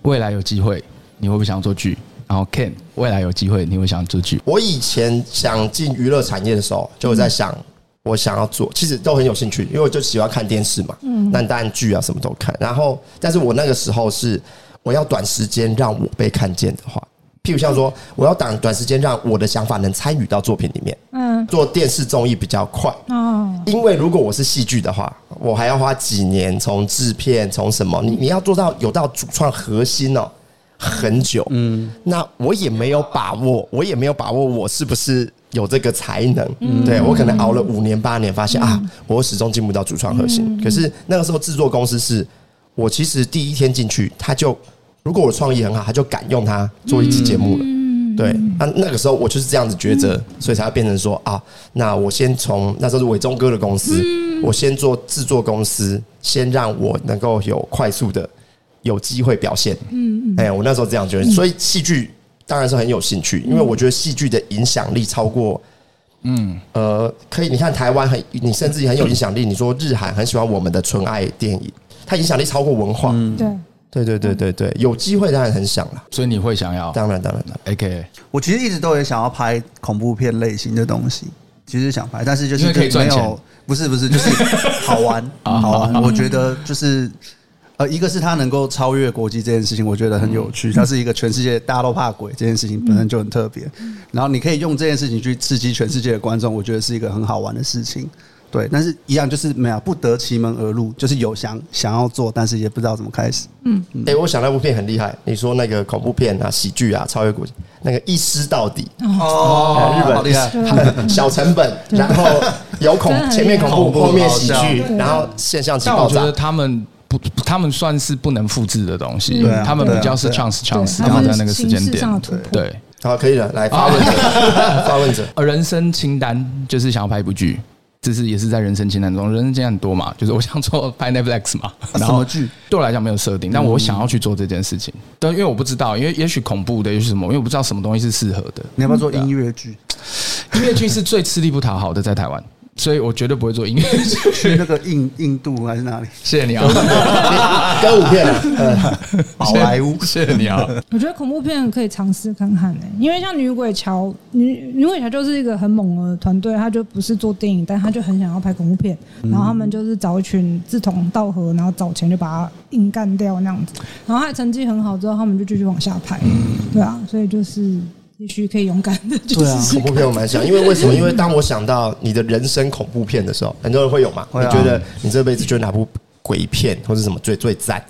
Speaker 4: 未来有机会你会不会想做剧？然后 Ken，未来有机会你会想做剧？
Speaker 1: 我以前想进娱乐产业的时候，就有在想。我想要做，其实都很有兴趣，因为我就喜欢看电视嘛，嗯，那当然剧啊什么都看。然后，但是我那个时候是我要短时间让我被看见的话，譬如像说，我要短短时间让我的想法能参与到作品里面，
Speaker 5: 嗯，
Speaker 1: 做电视综艺比较快，
Speaker 5: 哦，
Speaker 1: 因为如果我是戏剧的话，我还要花几年从制片从什么，你你要做到有到主创核心哦，很久。嗯，那我也没有把握，我也没有把握我是不是有这个才能。对我可能熬了五年八年，发现、啊，我始终进不到主创核心。可是那个时候制作公司是我其实第一天进去，他就如果我创意很好，他就敢用它做一期节目了。对，那、那个时候我就是这样子抉择，所以才会变成说啊，那我先从那时候是伟忠哥的公司，我先做制作公司，先让我能够有快速的有机会表现。嗯，嗯哎、我那时候这样觉得，所以戏剧当然是很有兴趣，因为我觉得戏剧的影响力超过。嗯，呃，可以，你看台湾很，你甚至很有影响力。你说日韩很喜欢我们的纯爱电影，它影响力超过文化。
Speaker 2: 嗯
Speaker 5: 对，
Speaker 1: 对对对对对，有机会当然很想了，
Speaker 4: 所以你会想要
Speaker 1: 当然当然当然。
Speaker 4: A K，
Speaker 2: 我其实一直都也想要拍恐怖片类型的东西，其实想拍，但是就
Speaker 4: 因
Speaker 2: 是
Speaker 4: 为可以赚
Speaker 2: 没
Speaker 4: 钱啊
Speaker 2: 有，不是不是，就是 好玩好玩。我觉得就是呃，一个是它能够超越国际这件事情，我觉得很有
Speaker 4: 嗯
Speaker 2: 趣。它是一个全世界大家都怕鬼这件事情本身就很特别，然后你可以用这件事情去刺激全世界的观众，我觉得是一个很好玩的事情。对，但是一样就是没有不得其门而入，就是有想想要做，但是也不知道怎么开始。
Speaker 1: 哎、我想那部片很厉害，你说那个恐怖片啊、喜剧啊、超越国际，那个一尸到底，
Speaker 2: 哦
Speaker 1: 日本
Speaker 2: 好厉害！
Speaker 1: 小成 本，然后有恐
Speaker 5: 真的很
Speaker 1: 前面恐
Speaker 2: 厉害
Speaker 1: 怖，后面喜
Speaker 2: 恐
Speaker 1: 剧
Speaker 2: 怖
Speaker 5: 对，
Speaker 1: 然后现象级
Speaker 4: 但我
Speaker 1: 爆
Speaker 4: 觉得
Speaker 1: 炸。
Speaker 4: 他们不，他们算是不能复制的东西，
Speaker 2: 对啊
Speaker 4: 他们比较是
Speaker 2: 对啊
Speaker 4: chance chance，
Speaker 5: 对
Speaker 4: 刚
Speaker 5: 他
Speaker 4: 好
Speaker 5: 们
Speaker 4: 在那个时间
Speaker 5: 形式上的
Speaker 4: 点
Speaker 5: 突破，
Speaker 4: 对。啊
Speaker 1: 好，可以了，来发问者，发问者，
Speaker 4: 呃，人生清单就是想要拍一部剧，就是也是在人生清单中，人生清单很多嘛，就是我想做拍 Netflix 嘛，然
Speaker 2: 啊什
Speaker 4: 后
Speaker 2: 么剧？
Speaker 4: 对我来讲没有设定，但我想要去做这件事情，但因为我不知道，因为也许恐怖的，也许什么，因为我不知道什么东西是适合的。
Speaker 2: 你要不要做音乐剧？
Speaker 4: 音乐剧是最吃力不讨好的，在台湾，所以我绝对不会做音乐剧。
Speaker 2: 去那个印印度还是哪里？
Speaker 4: 谢谢你啊，
Speaker 1: 歌舞片啊，呃
Speaker 2: 宝莱坞
Speaker 4: 谢谢你啊。
Speaker 5: 我觉得恐怖片可以尝试看看诶、因为像女鬼桥，女女鬼桥就是一个很猛的团队，他就不是做电影，但他就很想要拍恐怖片，
Speaker 2: 嗯
Speaker 5: 然后他们就是找一群志同道合，然后找钱就把它硬干掉那样子，然后他成绩很好之后，他们就继续往下拍，
Speaker 2: 嗯
Speaker 5: 对啊，所以就是也许可以勇敢 的去
Speaker 2: 对啊
Speaker 5: 试试
Speaker 1: 恐怖片我蛮想，因为为什么？因为当我想到你的人生恐怖片的时候，很多人会有嘛，你
Speaker 2: 会啊
Speaker 1: 觉得你这辈子觉得哪部鬼片或者什么最最赞？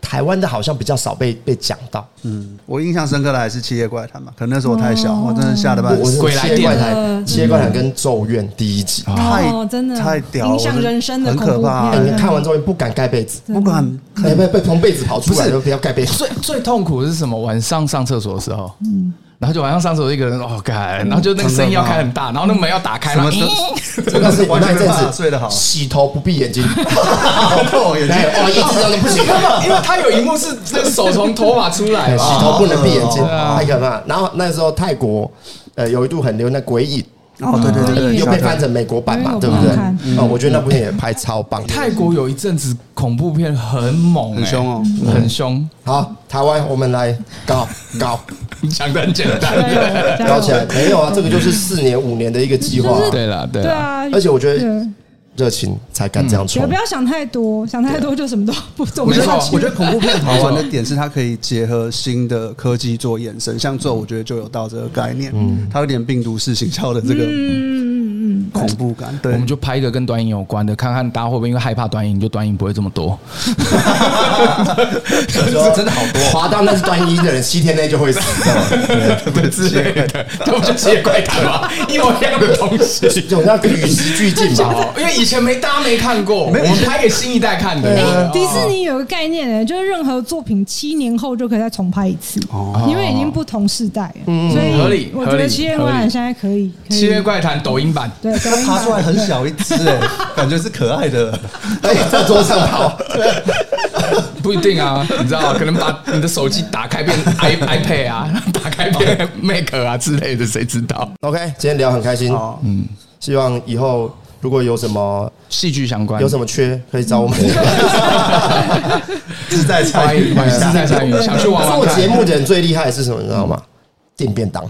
Speaker 1: 台湾的好像比较少被被讲到，
Speaker 2: 嗯，我印象深刻的还是《七夜怪谈》嘛，可能那时候我太小，
Speaker 5: 哦
Speaker 2: 我真的吓得
Speaker 1: 我
Speaker 2: 半
Speaker 1: 我
Speaker 2: 死。
Speaker 4: 鬼来
Speaker 1: 切怪
Speaker 4: 电嗯
Speaker 1: 谈，
Speaker 5: 呃
Speaker 1: 切怪谈跟咒怨第一集，
Speaker 2: 啊太
Speaker 5: 哦，真的
Speaker 2: 太屌了
Speaker 5: 影响人生的
Speaker 2: 很
Speaker 5: 恐
Speaker 2: 可
Speaker 5: 怖
Speaker 2: 怕
Speaker 1: 哎
Speaker 5: 片，
Speaker 1: 你看完之后你不敢盖被子，
Speaker 2: 不管
Speaker 1: 哎被被从被子跑出
Speaker 4: 不
Speaker 1: 来
Speaker 4: 是
Speaker 1: 就不要盖 被子。
Speaker 4: 最最痛苦的是什么？晚上上厕所的时候，嗯，然后就晚上上厕所一个人，哦，干，然后就那个声音要开很大，然后那个门要打开，
Speaker 2: 什
Speaker 4: 然
Speaker 2: 么
Speaker 4: 后
Speaker 2: 都
Speaker 1: 真的是我
Speaker 2: 完
Speaker 1: 那
Speaker 2: 全
Speaker 1: 一
Speaker 2: 没
Speaker 1: 阵
Speaker 2: 办法
Speaker 1: 子
Speaker 2: 睡得好，
Speaker 1: 洗头不闭眼睛，
Speaker 2: 好痛眼睛
Speaker 1: 哎，哦，一直这样都不行，
Speaker 4: 因为他有一幕是那个手从头发出来
Speaker 1: 哎洗
Speaker 4: 嘛，
Speaker 1: 头不能闭眼睛，哎
Speaker 4: 对啊
Speaker 1: 太可怕。然后那时候泰国呃有一度很流那鬼影，
Speaker 2: 哦，对对对
Speaker 5: 鬼
Speaker 2: 对，
Speaker 5: 影
Speaker 1: 又
Speaker 2: 吓
Speaker 1: 被
Speaker 2: 得
Speaker 1: 翻成美国版嘛，
Speaker 5: 嗯
Speaker 1: 对不对
Speaker 5: 我看？
Speaker 1: 哦，我觉得那部电影也拍超棒。
Speaker 4: 泰国有一阵子恐怖片很猛、
Speaker 2: 很凶哦，
Speaker 4: 哎，很凶，
Speaker 1: 好，台湾我们来搞搞
Speaker 4: 讲的很简单。
Speaker 5: 加油加油
Speaker 1: 搞起来，没有啊，这个就是四年五年的一个计划啊，
Speaker 4: 对了，对
Speaker 5: 对
Speaker 4: 了，
Speaker 5: 啊，
Speaker 1: 而且我觉得
Speaker 5: 对。嗯
Speaker 1: 热情才敢这样
Speaker 5: 不要
Speaker 1: 冲
Speaker 5: 不。要想太多，想太多就什么都不做
Speaker 2: 我
Speaker 4: 没
Speaker 2: 觉
Speaker 4: 错
Speaker 2: 得
Speaker 5: 下去。
Speaker 2: 我觉得恐怖片好玩的点是它可以结合新的科技做延伸，像咒我觉得就有到这个概念，它有点病毒式行销的这个
Speaker 5: 嗯嗯嗯嗯
Speaker 2: 恐怖感。对，
Speaker 4: 我们就拍一个跟短影有关的，看看大家会不会因为害怕短影，就短影不会这么多。
Speaker 1: 这真的好多，滑到那是端一的人，七天内就会死，知道吗？
Speaker 4: 对之类 的，这不就奇也怪谈吗？一模一样的东西。
Speaker 1: 有那个与时俱进吧
Speaker 4: 哦，，因为以前没大家没啊看过，我们拍给新一代看的。
Speaker 5: 嗯。迪士尼有个概念呢，就是任何作品七年后就可以再重拍一次，因为已经不同世代了，所以
Speaker 4: 合理
Speaker 5: 我
Speaker 4: 合
Speaker 5: 觉
Speaker 4: 理
Speaker 5: 得《七夜
Speaker 4: 合
Speaker 5: 怪
Speaker 4: 理
Speaker 5: 谈》现在可以，可
Speaker 4: 《
Speaker 5: 以
Speaker 4: 七夜怪谈》抖音版，
Speaker 5: 对，
Speaker 2: 它爬出来很小一只，哎，感觉是可爱的。
Speaker 1: 哎，在桌上跑，
Speaker 4: 不一定 啊，你知道，可能把你的手机打开变 i iPad 啊， 打开变 Mac 啊之类的，谁知道？
Speaker 1: OK，今天聊很开心，
Speaker 2: 哦，
Speaker 1: 希望以后如果有什么
Speaker 4: 戏剧相关
Speaker 1: 有什么缺，可以找我们。
Speaker 2: 自在
Speaker 4: 欢
Speaker 2: 参与
Speaker 4: 迎，欢迎自在参与，想去玩玩
Speaker 1: 做节
Speaker 4: 看。
Speaker 1: 目的人最厉害的是什么？你知道吗？订便当，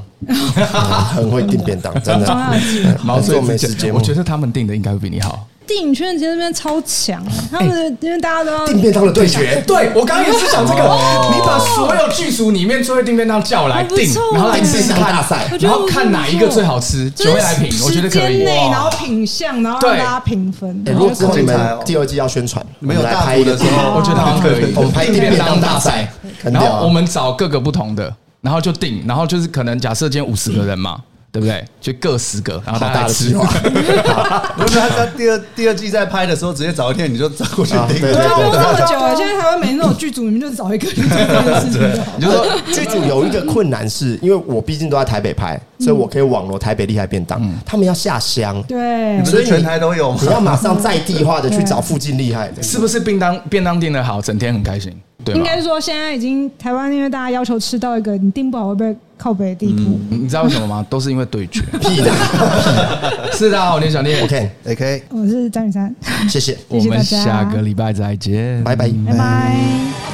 Speaker 1: 很会订便当，真
Speaker 5: 重要的
Speaker 1: 的。
Speaker 5: 技能。
Speaker 4: 毛遂
Speaker 1: 做美
Speaker 4: 自
Speaker 1: 食
Speaker 4: 荐
Speaker 1: 节目
Speaker 4: 我觉得他们定的应该会比你好。
Speaker 5: 电影圈其实这边超强，啊他们因为大家都要
Speaker 1: 订便当的对决，
Speaker 4: 哎对我刚刚也是想这个，你把所有剧组里面最会订便当叫来
Speaker 5: 还不
Speaker 4: 订
Speaker 5: 错，
Speaker 4: 然后来
Speaker 1: 订
Speaker 4: 试
Speaker 1: 便
Speaker 4: 试
Speaker 1: 当大
Speaker 4: 看，
Speaker 1: 赛
Speaker 5: 我，觉得
Speaker 4: 然后看哪一个最好吃，
Speaker 5: 就是
Speaker 4: 九位来评，我觉得可
Speaker 5: 时
Speaker 4: 以
Speaker 5: 间。内，
Speaker 4: 哇
Speaker 5: 然后品相，然后让
Speaker 4: 对哎
Speaker 5: 大家评分。
Speaker 1: 欸如果之后你
Speaker 2: 好精彩哦
Speaker 1: 们第二季要宣传，
Speaker 2: 没有
Speaker 1: 我们来
Speaker 2: 大
Speaker 1: 拍
Speaker 2: 鼓
Speaker 1: 一
Speaker 2: 的
Speaker 1: 个
Speaker 2: 时候，哦
Speaker 4: 我觉得好像可以
Speaker 1: 我们拍订便当大赛，很
Speaker 4: 然
Speaker 1: 屌啊
Speaker 4: 后我们找各个不同的，然后就定，然后就是可能假设今天五十个人嘛，对不对？就各十个，然后
Speaker 1: 好
Speaker 4: 大家
Speaker 1: 大
Speaker 4: 来
Speaker 1: 的
Speaker 4: 吃
Speaker 1: 计。划，
Speaker 2: 不是他他第二第二季在拍的时候，直接找一天你就找过去
Speaker 1: 啊
Speaker 2: 盯
Speaker 1: 对
Speaker 5: 对啊，
Speaker 1: 对
Speaker 5: 播
Speaker 1: 对
Speaker 5: 这么久了，现在台湾每那种剧组，你们就找一个去做这件事情就好。
Speaker 1: 你 就说剧组有一个困难是，因为我毕竟都在台北拍，所以我可以网罗台北厉害便当，他们要下乡，
Speaker 5: 对
Speaker 2: 你不，是全台都有吗
Speaker 1: 你？要马上在地化的去找附近厉害的，
Speaker 4: 是不是便当便当订的好，整天很开心，对
Speaker 5: 应
Speaker 4: 吗？
Speaker 5: 该说现在已经台湾，因为大家要求吃到一个你订不好会被靠北的地步。
Speaker 4: 你知道为什么吗？都是因为对 决。
Speaker 1: 屁的。
Speaker 4: 是的，哦我念小念，
Speaker 1: OK，
Speaker 2: 哎，AK。
Speaker 5: 我是张雨山，
Speaker 1: 谢谢。
Speaker 4: 我
Speaker 5: 谢谢
Speaker 4: 们
Speaker 5: 大家
Speaker 4: 下个礼拜再见，
Speaker 1: 拜拜
Speaker 5: 拜拜。